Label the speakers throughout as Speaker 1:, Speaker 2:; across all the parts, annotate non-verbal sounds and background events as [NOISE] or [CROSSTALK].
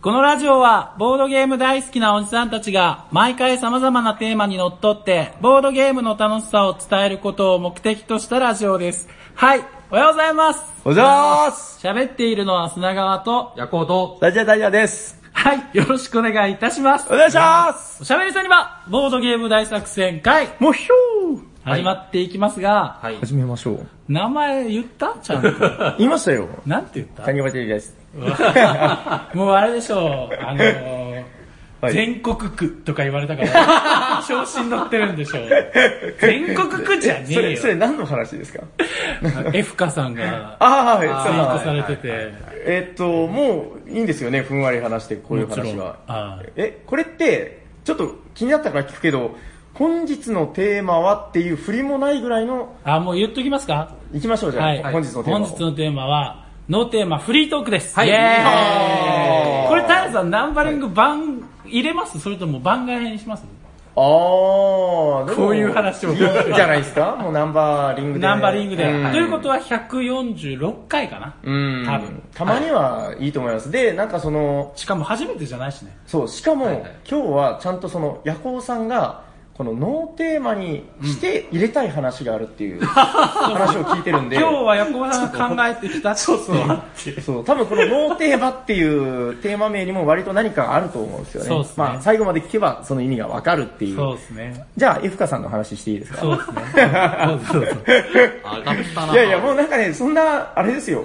Speaker 1: このラジオは、ボードゲーム大好きなおじさんたちが、毎回様々なテーマにのっとって、ボードゲームの楽しさを伝えることを目的としたラジオです。はい、おはようございます。
Speaker 2: おはようございます
Speaker 1: 喋っているのは砂川と、
Speaker 3: 夜行と、
Speaker 2: 大丈大丈です。
Speaker 1: はい、よろしくお願いいたします。
Speaker 2: お願いします
Speaker 1: おしゃべりさんには、ボードゲーム大作戦会、
Speaker 2: もうひょー
Speaker 1: 始まっていきますが、
Speaker 3: はい。
Speaker 2: 始めましょう。
Speaker 1: 名前言ったちゃんと。
Speaker 2: [LAUGHS] 言いましたよ。
Speaker 1: なんて言った
Speaker 2: 谷川照です。
Speaker 1: もうあれでしょう、あのー
Speaker 2: [LAUGHS] はい
Speaker 1: 全国区とか言われたから、
Speaker 2: [LAUGHS]
Speaker 1: 調子に乗ってるんでしょう。全国区じゃね
Speaker 2: そ
Speaker 1: え
Speaker 2: れ、
Speaker 1: よ
Speaker 2: そ。れ何の話ですか
Speaker 1: エフカさんが
Speaker 2: [LAUGHS] ああ、
Speaker 1: ツイート
Speaker 2: は
Speaker 1: さ
Speaker 2: い。
Speaker 1: れてて、
Speaker 2: えっと、もういいんですよね、ふんわり話して、こういう
Speaker 1: もちろ
Speaker 2: 話
Speaker 1: ん
Speaker 2: は
Speaker 1: あー。
Speaker 2: え、これって、ちょっと気になったから聞くけど、本日のテーマはっていう振りもないぐらいの、
Speaker 1: あ、もう言っときますか
Speaker 2: 行きましょうじゃあ、
Speaker 1: はい。
Speaker 2: 本日のテーマを。
Speaker 1: 本日のテーマは、ノーテーマフリートークです。
Speaker 3: はい
Speaker 1: イエー
Speaker 2: あ
Speaker 1: イ
Speaker 2: ー
Speaker 1: これ、タイさん、ナンバリング番、入れますそれとも番外編にします
Speaker 2: ああ、でも
Speaker 1: こういう話も
Speaker 2: いいんじゃないですかもうナンバーリングで。
Speaker 1: ナンバリングで。
Speaker 2: うん
Speaker 1: ということは、146回かな
Speaker 2: うん
Speaker 1: 多分。
Speaker 2: たまにはいいと思います。で、なんかその、
Speaker 1: しかも初めてじゃないしね。
Speaker 2: そう、しかも、
Speaker 3: はいはい
Speaker 2: 今日はちゃんとその、夜行さんが、このノーテーマにして入れたい話があるっ
Speaker 1: [LAUGHS]
Speaker 2: ていう話を聞いてるんで、
Speaker 1: 今日は横浜さんが考えてきた。そうそう。
Speaker 2: そう、多分このノーテーマっていうテーマ名にも割と何かあると思うんですよね。
Speaker 1: そうっすね
Speaker 2: まあ、最後まで聞けばその意味がわかるっていう。
Speaker 1: そうですね。
Speaker 2: じゃあ、エフカさんの話していいですか
Speaker 1: そうですね。そうそうそう。
Speaker 3: 上がったな。
Speaker 2: いやいや、もうなんかね、そんな、あれですよ。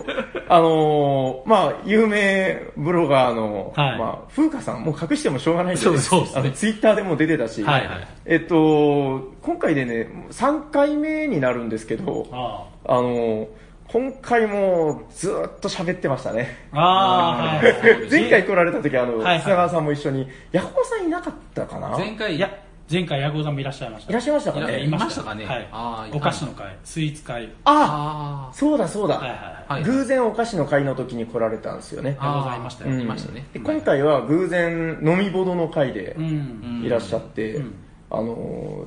Speaker 2: あのー、まあ、有名ブロガーの、
Speaker 1: はい
Speaker 2: まあ、風花さん、もう隠してもしょうがないん
Speaker 3: そうそうですね
Speaker 2: あの、ツイッターでも出てたし、
Speaker 1: はい
Speaker 3: はい。
Speaker 2: えっと、今回でね、3回目になるんですけど、あ
Speaker 1: あ
Speaker 2: のー、今回もずーっと喋ってましたね。
Speaker 1: あ。ああ、はい。
Speaker 2: 前回来られた時、あの、
Speaker 1: はいはい
Speaker 2: 砂川さんも一緒に、ヤホーさんいなかったかな
Speaker 3: 前回、
Speaker 1: いや、前回、ヤゴさんもいらっしゃいました。
Speaker 2: いらっしゃいましたか
Speaker 3: いらっしゃ
Speaker 2: ね
Speaker 3: いましたかね
Speaker 1: はい
Speaker 3: あーい。た
Speaker 1: お菓子の会、スイーツ会。
Speaker 2: あ
Speaker 3: あ
Speaker 2: そうだそうだ、
Speaker 1: はいはい
Speaker 3: あ。はい。
Speaker 2: 偶然お菓子の会の時に来られたんですよね。
Speaker 3: あー
Speaker 1: ございました
Speaker 2: う
Speaker 1: よ
Speaker 2: ん
Speaker 3: いましたね。
Speaker 2: で今回は偶然飲みボドの会で
Speaker 1: はい。うん。
Speaker 2: いらっしゃって、
Speaker 1: うん
Speaker 2: あの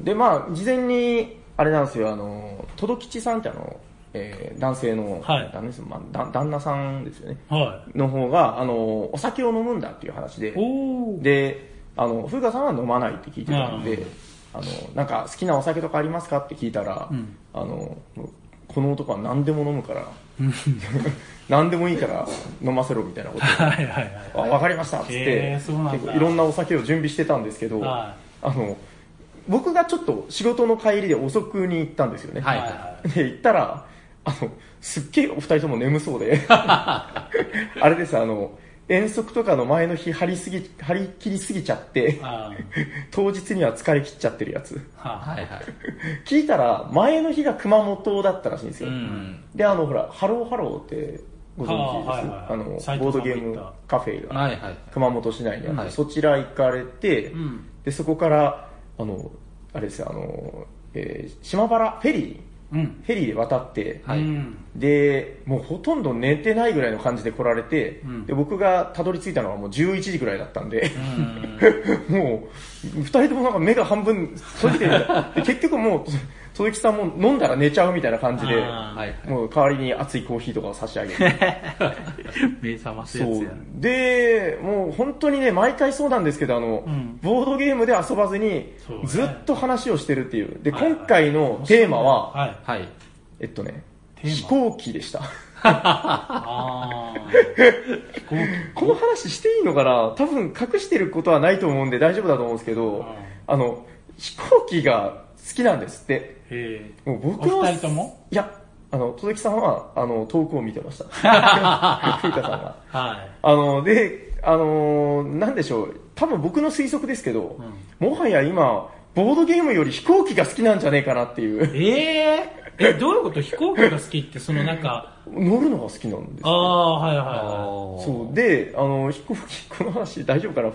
Speaker 2: ーでまあ事前にあれなんですよあのー届吉さんってあの、えー男性の、
Speaker 1: はい
Speaker 2: 旦那ですまあだ旦那さんですよね
Speaker 1: は
Speaker 2: の方があのーお酒を飲むんだっていう話で
Speaker 1: い。おー。
Speaker 2: であの風花さんは飲まないって聞いてたん
Speaker 1: う
Speaker 2: で、あのなんか好きなお酒とかありますかって聞いたら、
Speaker 1: うん
Speaker 2: あのこの男は何でも飲むから [LAUGHS] 何でもいいから飲ませろみたいなことを
Speaker 1: はいはいはい。
Speaker 2: あ、わかりましたっつって、
Speaker 1: へーそうなんだ
Speaker 2: 結構いろんなお酒を準備してたんですけど、
Speaker 1: は
Speaker 2: あの、僕がちょっと仕事の帰りで遅くに行ったんですよね。
Speaker 3: はい
Speaker 2: で、行ったら、あの、すっげえお二人とも眠そうで、
Speaker 1: [LAUGHS]
Speaker 2: あれです、あの、遠足とかの前の日張りすぎ、張り切りすぎちゃって、
Speaker 1: あー
Speaker 2: 当日には疲れ切っちゃってるやつ。
Speaker 1: は
Speaker 3: はいはい。
Speaker 2: 聞いたら、前の日が熊本だったらしいんです
Speaker 3: う
Speaker 2: よ。
Speaker 3: ん。
Speaker 2: で、あの、ほら、ハローハローってご存知です、
Speaker 1: はあはいはい
Speaker 2: あ
Speaker 1: 斉
Speaker 2: の、ボー
Speaker 1: 藤さ
Speaker 2: ド
Speaker 1: んも
Speaker 2: ゲ
Speaker 1: 行った
Speaker 2: ームカフェが。
Speaker 3: はいはい。
Speaker 2: 熊本市内にあって、
Speaker 3: はい
Speaker 2: そちら行かれて、
Speaker 1: い。うん。
Speaker 2: でそこからあのあれですよあの、えー島原フェリ
Speaker 1: うん
Speaker 2: ー。フェリーで渡って、
Speaker 3: はい
Speaker 1: うん
Speaker 2: でもうほとんど寝てないぐらいの感じで来られて、
Speaker 1: ん
Speaker 2: で僕がたどり着いたのはもう11時ぐらいだったんで、 [LAUGHS] もう2人ともなんか目が半分閉じてるみたいで結局もう鈴木さんも飲んだら寝ちゃうみたいな感じで
Speaker 1: あ
Speaker 2: [LAUGHS]
Speaker 3: はい。
Speaker 2: もう代わりに熱いコーヒーとかを差し上げて
Speaker 1: 目覚ますやつ
Speaker 2: そう
Speaker 1: や。
Speaker 2: でもう本当にね毎回そうなんですけどあの、
Speaker 1: うん
Speaker 2: ボードゲームで遊ばずに
Speaker 1: そうね
Speaker 2: ずっと話をしてるっていうで、
Speaker 1: はいはい
Speaker 2: 今回のテーマは、
Speaker 1: はい。
Speaker 3: はい。
Speaker 2: えっとね
Speaker 1: テーマ
Speaker 2: 飛行機でした [LAUGHS]
Speaker 1: あ [LAUGHS]
Speaker 2: この話していいのかな多分隠してることはないと思うんで大丈夫だと思うんですけど、
Speaker 1: うん
Speaker 2: あの飛行機が好きなんですって
Speaker 1: ー。へ
Speaker 2: もう僕の
Speaker 1: お二人とも
Speaker 2: いやあの戸崎さんはあの遠くを見てました
Speaker 1: [LAUGHS]
Speaker 2: 風花さんが
Speaker 1: ー。はい。
Speaker 2: あの、で、あのーなんでしょう。多分僕の推測ですけど、もはや今、ボードゲームより飛行機が好きなんじゃねえかなっていう。
Speaker 1: ええー、え、どういうこと飛行機が好きって、そのなんか、
Speaker 2: 乗るのが好きなんです
Speaker 1: [LAUGHS] あ。あ、はいはいは
Speaker 3: そ
Speaker 2: そう。で、あの、飛行機、この話大丈夫かな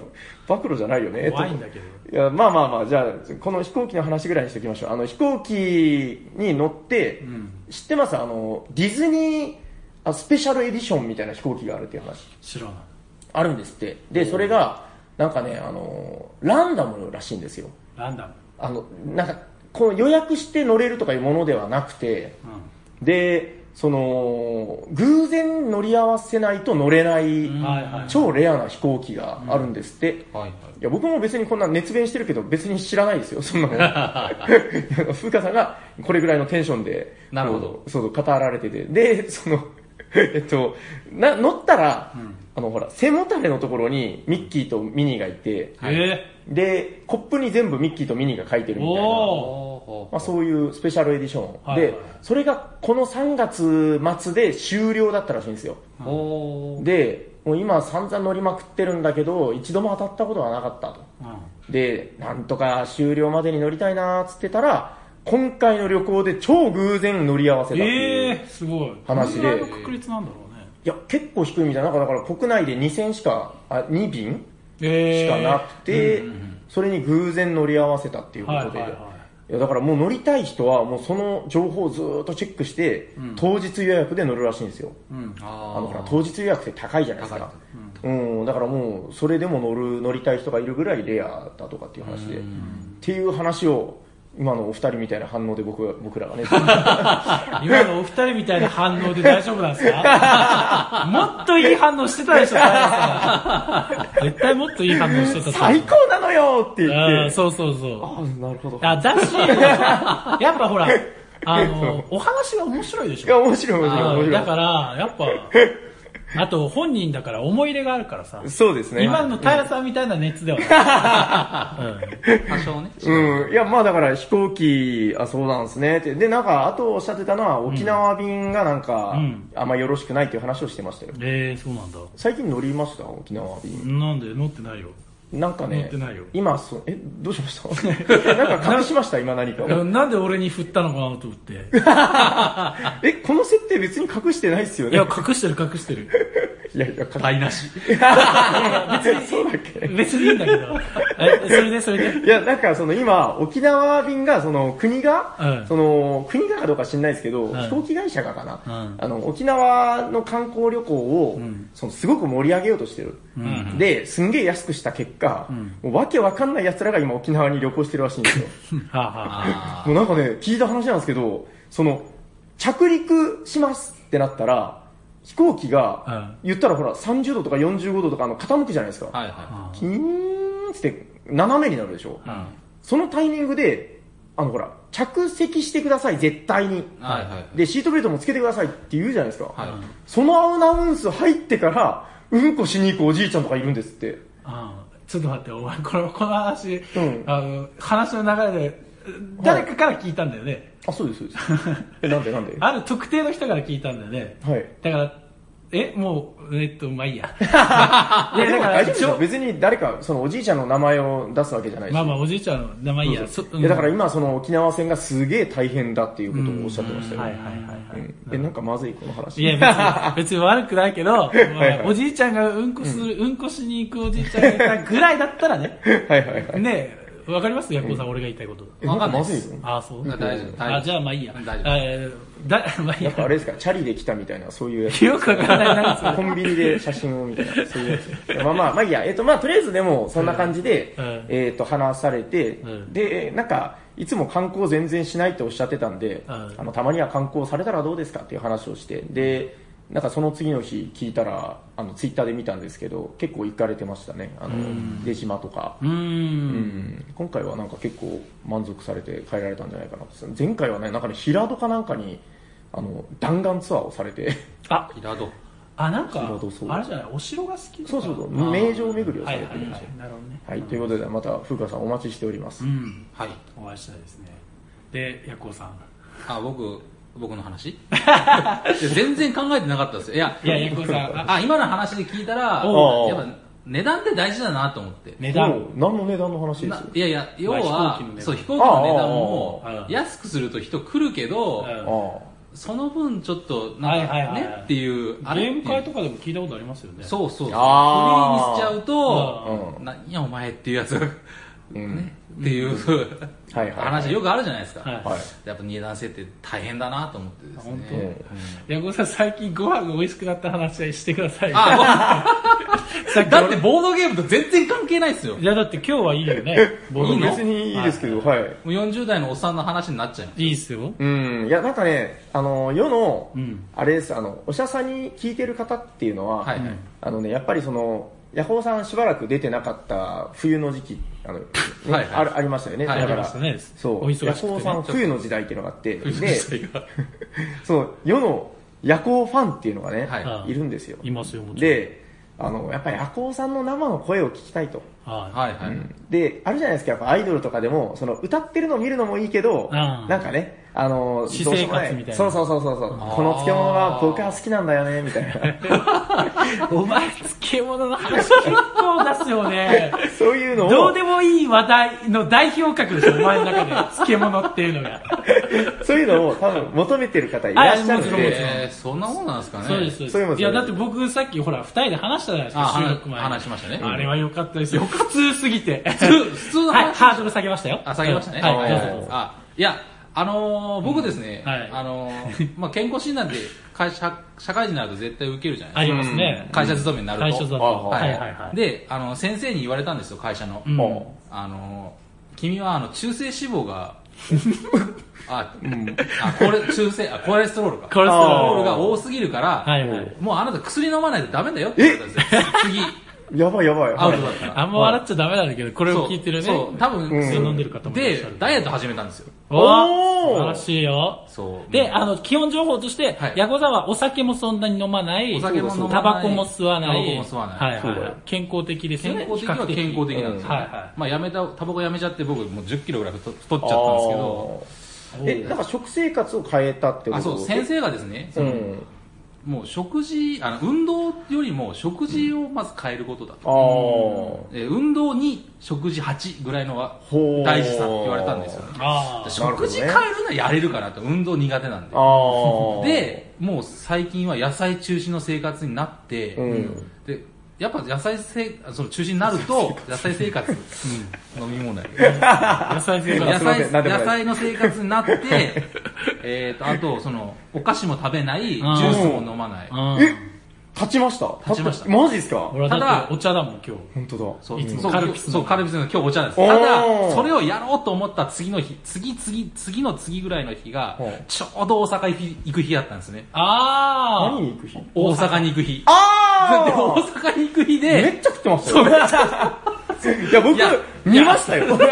Speaker 2: 暴露じゃないよね。
Speaker 1: い。怖いんだけど。
Speaker 2: といや、まあまあまあ、じゃあ、この飛行機の話ぐらいにしておきましょう。あの、飛行機に乗って、
Speaker 1: うん。
Speaker 2: 知ってますあの、ディズニーあスペシャルエディションみたいな飛行機があるっていう話。
Speaker 1: 知らない。
Speaker 2: あるんですって。で、それが、なんかね、あの、ランダムらしいんですよ。
Speaker 1: ランダム。
Speaker 2: あのなんかこの予約して乗れるとかいうものではなくて
Speaker 1: うん。
Speaker 2: でその、偶然乗り合わせないと乗れない
Speaker 1: ん、はいはい
Speaker 2: 超レアな飛行機があるんですって。
Speaker 3: はいはい。
Speaker 2: いや、僕も別にこんな熱弁してるけど、別に知らない
Speaker 1: [LAUGHS]
Speaker 2: ですよ、そんなの。いや風花さんがこれぐらいのテンションで、
Speaker 3: なるほど
Speaker 2: こうそう、語られてて。で、その、えっと、な、乗ったら、あの、ほら、背もたれのところにミッキーとミニーがいて、
Speaker 1: え
Speaker 2: で、コップに全部ミッキーとミニーが書いてるみたいな。
Speaker 1: おー
Speaker 3: お
Speaker 2: まあ、そういうスペシャルエディション、
Speaker 1: はいはい
Speaker 2: でそれがこの3月末で終了だったらしいんですよ
Speaker 3: ーおー
Speaker 2: でもう今散々乗りまくってるんだけど一度も当たったことはなかったと
Speaker 1: ーうん
Speaker 2: でなんとか終了までに乗りたいなーっつってたら今回の旅行で超偶然乗り合わせたってい
Speaker 1: え
Speaker 2: う、
Speaker 1: えー、すごい。
Speaker 2: 話で
Speaker 1: どれぐらいの確率なんだろうね。
Speaker 2: いや結構低いみたいななんかだから国内で2000しかあ2便
Speaker 1: え
Speaker 2: しかなくて、それに偶然乗り合わせたっていうこ
Speaker 1: はい
Speaker 2: と
Speaker 1: はい
Speaker 2: で、
Speaker 1: はい
Speaker 2: やだからもう乗りたい人はもうその情報をずーっとチェックして、当日予約で乗るらしいんですよ
Speaker 1: い。うん。
Speaker 3: あ
Speaker 2: あのほら当日予約って高いじゃないですか
Speaker 3: 高い
Speaker 2: うん、だからもうそれでも乗る乗りたい人がいるぐらいレアだとかっていう話でっていう話を今のお二人みたいな反応で僕は [LAUGHS]
Speaker 1: [LAUGHS]
Speaker 2: 僕らがね
Speaker 1: 今のお二人みたいな反応で大丈夫なんです [LAUGHS] かもっといい反応してたでしょ、大地さん絶対もっといい反応してたと思う
Speaker 2: 最高なのよって言
Speaker 1: うん
Speaker 2: って
Speaker 1: そうそうそう。
Speaker 2: あなるほど
Speaker 1: あ、 [LAUGHS] だし、やっぱほら、あの、お話が面白いでし
Speaker 2: いや
Speaker 1: ょ。
Speaker 2: 面白い面白い面
Speaker 1: うん
Speaker 2: 白い
Speaker 1: だから、やっぱ、あと本人だから思い入れがあるからさ。
Speaker 2: そうですね
Speaker 1: 今の平さんみたいな熱ではない。うん
Speaker 3: 多少ね。
Speaker 2: うん。いや、まあだから飛行機、あ、そうなんですねって。で、なんか、あとおっしゃってたのは、沖縄便がなんか、
Speaker 1: うん
Speaker 2: あんまよろしくないっていう話をしてましたよ。
Speaker 1: えー、そうなんだ。
Speaker 2: 最近乗りました沖縄便。
Speaker 1: なんで乗ってないよ。
Speaker 2: なんか
Speaker 1: 乗っ
Speaker 2: ね
Speaker 1: てないよ、
Speaker 2: 今、そう、え、どうしました [LAUGHS] なんか隠しました今何かを。
Speaker 1: なんで俺に振ったのかなと思って。
Speaker 2: え、この設定別に隠してないっすよ
Speaker 1: い
Speaker 2: ね
Speaker 1: や、隠してる隠してる。
Speaker 2: いやいや、隠
Speaker 3: 台無し。
Speaker 2: してそうだっけ
Speaker 1: 別にいいんだけど。え、それでそれ
Speaker 2: [LAUGHS]
Speaker 1: で。
Speaker 2: いや、なんかその今、沖縄便が、その国が、
Speaker 1: うん
Speaker 2: その国がかどうか知んないですけど、
Speaker 1: ん
Speaker 2: 飛行機会社がかな、
Speaker 1: うん
Speaker 2: あの、沖縄の観光旅行を、そのすごく盛り上げようとしてる。で、すんげえ安くした結果、もうわけわかんない奴らが今沖縄に旅行してるらしいんですよ。
Speaker 1: はあ、はあ、
Speaker 3: あ
Speaker 2: もうなんかね、聞いた話なんですけど、その、着陸しますってなったら、飛行機が、言ったらほら、30度とか45度とかあの傾くじゃないですか。
Speaker 3: ーはいは
Speaker 2: キーンつって斜めになるでしょ。
Speaker 3: い。うん
Speaker 2: そのタイミングで、あのほら、着席してください、絶対に。
Speaker 3: はいはいはい。
Speaker 2: で、シートベルトもつけてくださいって言うじゃないですか。
Speaker 3: はい
Speaker 2: そのアナウンス入ってから、うんこしに行くおじいちゃんとかいるんですって。
Speaker 1: ああちょっと待って、お前、この、この話、
Speaker 2: ん
Speaker 1: あの、話の流れで、誰かから聞いたんだよね。
Speaker 2: あ、そうです、そうで
Speaker 3: [LAUGHS]
Speaker 2: す。え、なんでなんでは
Speaker 1: ある特定の人から聞いたんだよね。
Speaker 2: い。
Speaker 1: だから、え、もう、えっと、まあい
Speaker 2: [LAUGHS]
Speaker 1: いや。
Speaker 2: い
Speaker 1: い
Speaker 2: や、
Speaker 1: や、
Speaker 2: で
Speaker 1: だ
Speaker 2: も
Speaker 1: から、
Speaker 2: 大丈夫です
Speaker 1: 一
Speaker 2: よ。
Speaker 1: 応、
Speaker 2: 別に誰か、そのおじいちゃんの名前を出すわけじゃないし。
Speaker 1: まあまあ、おじいちゃんの名前いいや。そうん
Speaker 2: いや、だから今、その沖縄戦がすげえ大変だっていうことをおっしゃってましたよ。
Speaker 1: はいはいはいは
Speaker 2: うんえ、なんかまずい、この話。
Speaker 1: い。いや、
Speaker 2: [LAUGHS]
Speaker 1: 別に、別に悪くないけど、ま
Speaker 2: はい
Speaker 1: あおじいちゃんがうんこする、うんこしに行くおじいちゃんがいたぐらいだったらね。
Speaker 2: はいはいはい。
Speaker 1: ねえ、わかりますヤコウさん、俺が言いたいこと。
Speaker 2: え、なんかまずい
Speaker 3: わかん
Speaker 2: よ。
Speaker 1: ああ、そう。
Speaker 3: あ大丈夫
Speaker 1: あ、じゃあまあいいや。
Speaker 3: 大丈夫
Speaker 1: えーだ、 [LAUGHS] まあいい
Speaker 2: [LAUGHS] な
Speaker 1: や
Speaker 2: ん。かあれですか、チャリで来たみたいな、そういうやつ。
Speaker 1: よくわからないなんか
Speaker 2: コンビニで写真をみたいな、そういうやつ。まあまあ、まあいいや。えっ、と、まあとりあえずでも、そんな感じで、
Speaker 1: うん
Speaker 2: えっ、と、話されて、
Speaker 1: ん
Speaker 2: で、なんか、いつも観光全然しないっておっしゃってたんで、
Speaker 1: うん
Speaker 2: あの、たまには観光されたらどうですかっていう話をして、で、なんかその次の日聞いたら、あの、ツイッターで見たんですけど、結構行かれてましたね。あの、出島とか。
Speaker 1: うーん。
Speaker 2: 今回はなんか結構満足されて帰られたんじゃないかな前回はねなんかね平戸かなんかにあの弾丸ツアーをされて
Speaker 1: あ、
Speaker 3: 平戸。
Speaker 1: あ、なん
Speaker 2: なるほ
Speaker 1: か
Speaker 2: どそう、
Speaker 1: あれじゃない、お城が好きとか
Speaker 2: そうそうそう名城巡りをさ
Speaker 1: は
Speaker 2: れ
Speaker 1: い
Speaker 2: て
Speaker 1: はい
Speaker 2: る
Speaker 1: はい。なるほどね。
Speaker 2: はいということでまた風花さんお待ちしております、
Speaker 1: うん。
Speaker 3: はい。
Speaker 1: お会いしたいですね。で、ヤコウさん。
Speaker 3: あ、僕、僕の話いや全然考えてなかったですよ。いや、
Speaker 1: いや、ヤコウさん、あ
Speaker 3: あ、今の話で聞いたら、
Speaker 2: おう
Speaker 3: やっぱ値段って大事だなと思って。
Speaker 1: 値
Speaker 2: も
Speaker 1: 段。
Speaker 2: う何の値段の話です
Speaker 3: な
Speaker 2: よ
Speaker 3: いやいや、要
Speaker 1: まあ
Speaker 3: は
Speaker 1: 飛行機の値、段
Speaker 3: そう、飛行機の値段も
Speaker 1: ああああああ
Speaker 3: 安くすると人来るけど、
Speaker 1: うん
Speaker 2: あ
Speaker 3: その分ちょっと、なんか
Speaker 1: はいはいはいはい
Speaker 3: ねっていう、
Speaker 1: ゲーム
Speaker 3: っていう
Speaker 1: 会とかでも聞いたことありますよね。
Speaker 3: そうそうそう。フリーにしち
Speaker 2: あー
Speaker 3: ゃうと
Speaker 2: う、
Speaker 3: 何やお前っていうやつが
Speaker 2: うん。
Speaker 3: っていう
Speaker 2: はいはい
Speaker 3: 話よくあるじゃないですか、
Speaker 1: はい
Speaker 2: はい。
Speaker 3: やっぱ二段性って大変だなと思ってです
Speaker 1: 本当
Speaker 3: ね
Speaker 1: ヤコブさん、最近ご飯が美味しくなった話してください。
Speaker 3: あ
Speaker 1: [LAUGHS] さっき
Speaker 3: だってボードゲームと全然関係ないですよ
Speaker 1: いや、だって今日はいいよね。ボード
Speaker 2: 僕
Speaker 1: ゲーム
Speaker 2: 別にいいですけど、はい。
Speaker 3: もう40代のおっさんの話になっちゃう
Speaker 1: いいっすよ。
Speaker 2: うん。いや、なんかね、あの、世の
Speaker 1: うん、
Speaker 2: あれです、あの、お医者さんに聞いてる方っていうのは、
Speaker 3: はいはい
Speaker 2: あのね、やっぱりその、ヤホーさんしばらく出てなかった冬の時期、あの、ね
Speaker 3: はいはい
Speaker 2: あるありましたよね。
Speaker 3: はい
Speaker 2: だか
Speaker 1: あり
Speaker 2: ら、
Speaker 1: ましたね
Speaker 2: そう、
Speaker 1: お忙しくてね
Speaker 2: ヤホーさん冬の時代っていうのがあって、で、
Speaker 3: が
Speaker 2: その、世の夜行ファンっていうのがね、、
Speaker 3: はい
Speaker 2: るんですよ。
Speaker 1: いますよ、もちろん。
Speaker 2: で、あの、やっぱり夜行さんの生の声を聞きたいと。
Speaker 1: は
Speaker 3: はいはい、
Speaker 2: で、あるじゃないですか、やっぱアイドルとかでも、その歌ってるの見るのもいいけど、
Speaker 1: うん
Speaker 2: なんかね、あの、
Speaker 1: 私
Speaker 2: どうしようも
Speaker 1: 生活みたいな
Speaker 2: そうそうそうそうそう、この漬物が僕は好きなんだよね、みたいな。
Speaker 1: い。お前、漬物の話結構出すよ [LAUGHS] ね。
Speaker 2: そういうのを、
Speaker 1: どうでもいい話題の代表格でしょ、お前の中で。漬物っていうのが。
Speaker 2: そういうのを多分求めてる方いらっしゃるん
Speaker 1: あもちろんもちろ
Speaker 2: で、
Speaker 3: えー、そんなもんなんですかね
Speaker 1: そうです、そう
Speaker 2: そういう
Speaker 1: で
Speaker 2: の
Speaker 1: す。いや、
Speaker 2: そうい
Speaker 1: だ
Speaker 2: うの
Speaker 1: って僕さっきほら、二人で話したじゃないですか
Speaker 3: あ、
Speaker 1: 収録前に。
Speaker 3: 話話しましたね
Speaker 1: あれは良かったですよ。普通すぎて。普
Speaker 3: 通普通の話
Speaker 1: はい、ハードル下げましたよ。
Speaker 3: あ下げましたね、
Speaker 1: はい
Speaker 2: は、い
Speaker 1: どう
Speaker 2: はい
Speaker 1: ぞ
Speaker 2: はい
Speaker 1: どうぞ
Speaker 3: あいやあのー僕ですね、
Speaker 1: うんはい
Speaker 3: あのーまあ、健康診断で会社社会人になると絶対受けるじゃない
Speaker 1: あ
Speaker 3: で
Speaker 1: りますね
Speaker 3: す。か、会社勤めになると
Speaker 1: 会社だと。
Speaker 2: あ
Speaker 1: はいはいはい。
Speaker 3: であの先生に言われたんですよ会社の、
Speaker 1: うん
Speaker 2: も
Speaker 3: あの君はあの中性脂肪
Speaker 1: [LAUGHS]
Speaker 3: があ、あこれ中性あコレステロールか
Speaker 1: コレステ
Speaker 3: コレステ
Speaker 1: ロ
Speaker 3: ロー
Speaker 1: ー
Speaker 3: ルが多すぎるから、
Speaker 1: ル。はいはい。
Speaker 3: もうあなた薬飲まないとダメだよって言われたんですよ次
Speaker 2: う、やばいやばい。
Speaker 3: アウ
Speaker 2: はい
Speaker 3: トだったら
Speaker 1: [LAUGHS] あんま笑っちゃダメなんだけど、これを聞いてるね。
Speaker 3: そうそう多分、
Speaker 2: うん
Speaker 1: 薬飲んでる方もいらっし
Speaker 3: で
Speaker 1: ゃる。
Speaker 3: ダイエット始めたんですよ
Speaker 1: おー
Speaker 2: おー
Speaker 1: 素晴らしいよ。
Speaker 3: そう
Speaker 1: で、あの、基本情報として
Speaker 3: はい、
Speaker 1: ヤコザはお酒もそんなに飲まない、
Speaker 3: お酒も飲まない
Speaker 1: タバコも吸わない、
Speaker 3: タバコも吸わない
Speaker 1: はいはい
Speaker 2: そう
Speaker 1: は
Speaker 2: だ
Speaker 1: い
Speaker 2: よ。
Speaker 1: 健康的ですよね。
Speaker 3: 健康的は
Speaker 1: 比較
Speaker 3: 健康的なんですよ、
Speaker 1: はいは
Speaker 3: まあやめたタバコやめちゃって僕もう1 0キロぐらい太太っちゃ
Speaker 2: あ
Speaker 3: ったんですけど
Speaker 2: ーえ、なんか食生活を変えたってこと
Speaker 3: あそう先生がですねその、
Speaker 2: うん。
Speaker 3: もう食事あの運動よりも食事をまず変えることだ
Speaker 2: あ
Speaker 3: と、
Speaker 2: あ、ほ
Speaker 3: えー運動に食事8ぐらいのは
Speaker 2: う。
Speaker 3: 大事さって言われたんですよね
Speaker 1: あ
Speaker 3: [LAUGHS]
Speaker 1: あ。
Speaker 2: なるほ
Speaker 3: 食
Speaker 2: どね
Speaker 3: 事変えるのはやれるかなと運動苦手なんで
Speaker 2: ああ。、
Speaker 3: [LAUGHS] でもう最近は野菜中心の生活になって、
Speaker 2: うん。
Speaker 3: でやっぱ野菜せいその中心になると野菜生活、うん飲み物やけど
Speaker 1: 野菜生活。
Speaker 2: す
Speaker 3: 野
Speaker 2: いま
Speaker 3: 菜
Speaker 2: せんなんでもない
Speaker 3: 野菜の生活になって [LAUGHS] えーとあとそのお菓子も食べないジュースも飲まない
Speaker 1: うん。
Speaker 2: 立ちました
Speaker 3: 立ちました
Speaker 2: マジですか
Speaker 1: 俺はだってお茶だもん、今日。
Speaker 2: 本当だ。
Speaker 3: そう
Speaker 1: いつも
Speaker 3: そう
Speaker 1: カルピスの
Speaker 3: そうカルピスの今日お茶なんです
Speaker 2: おー
Speaker 3: ただそれをやろうと思った次の日次次次の次ぐらいの日が
Speaker 2: はい
Speaker 3: ちょうど大阪行く日だったんですね
Speaker 1: ああ。
Speaker 2: 何に行く日
Speaker 3: 大阪に行く日
Speaker 2: [LAUGHS] あ
Speaker 3: で大阪に行く日
Speaker 2: めっ
Speaker 3: で
Speaker 2: ちゃ食ってましたよ。いや、僕
Speaker 3: いや、
Speaker 2: 見ましたよ。 [LAUGHS]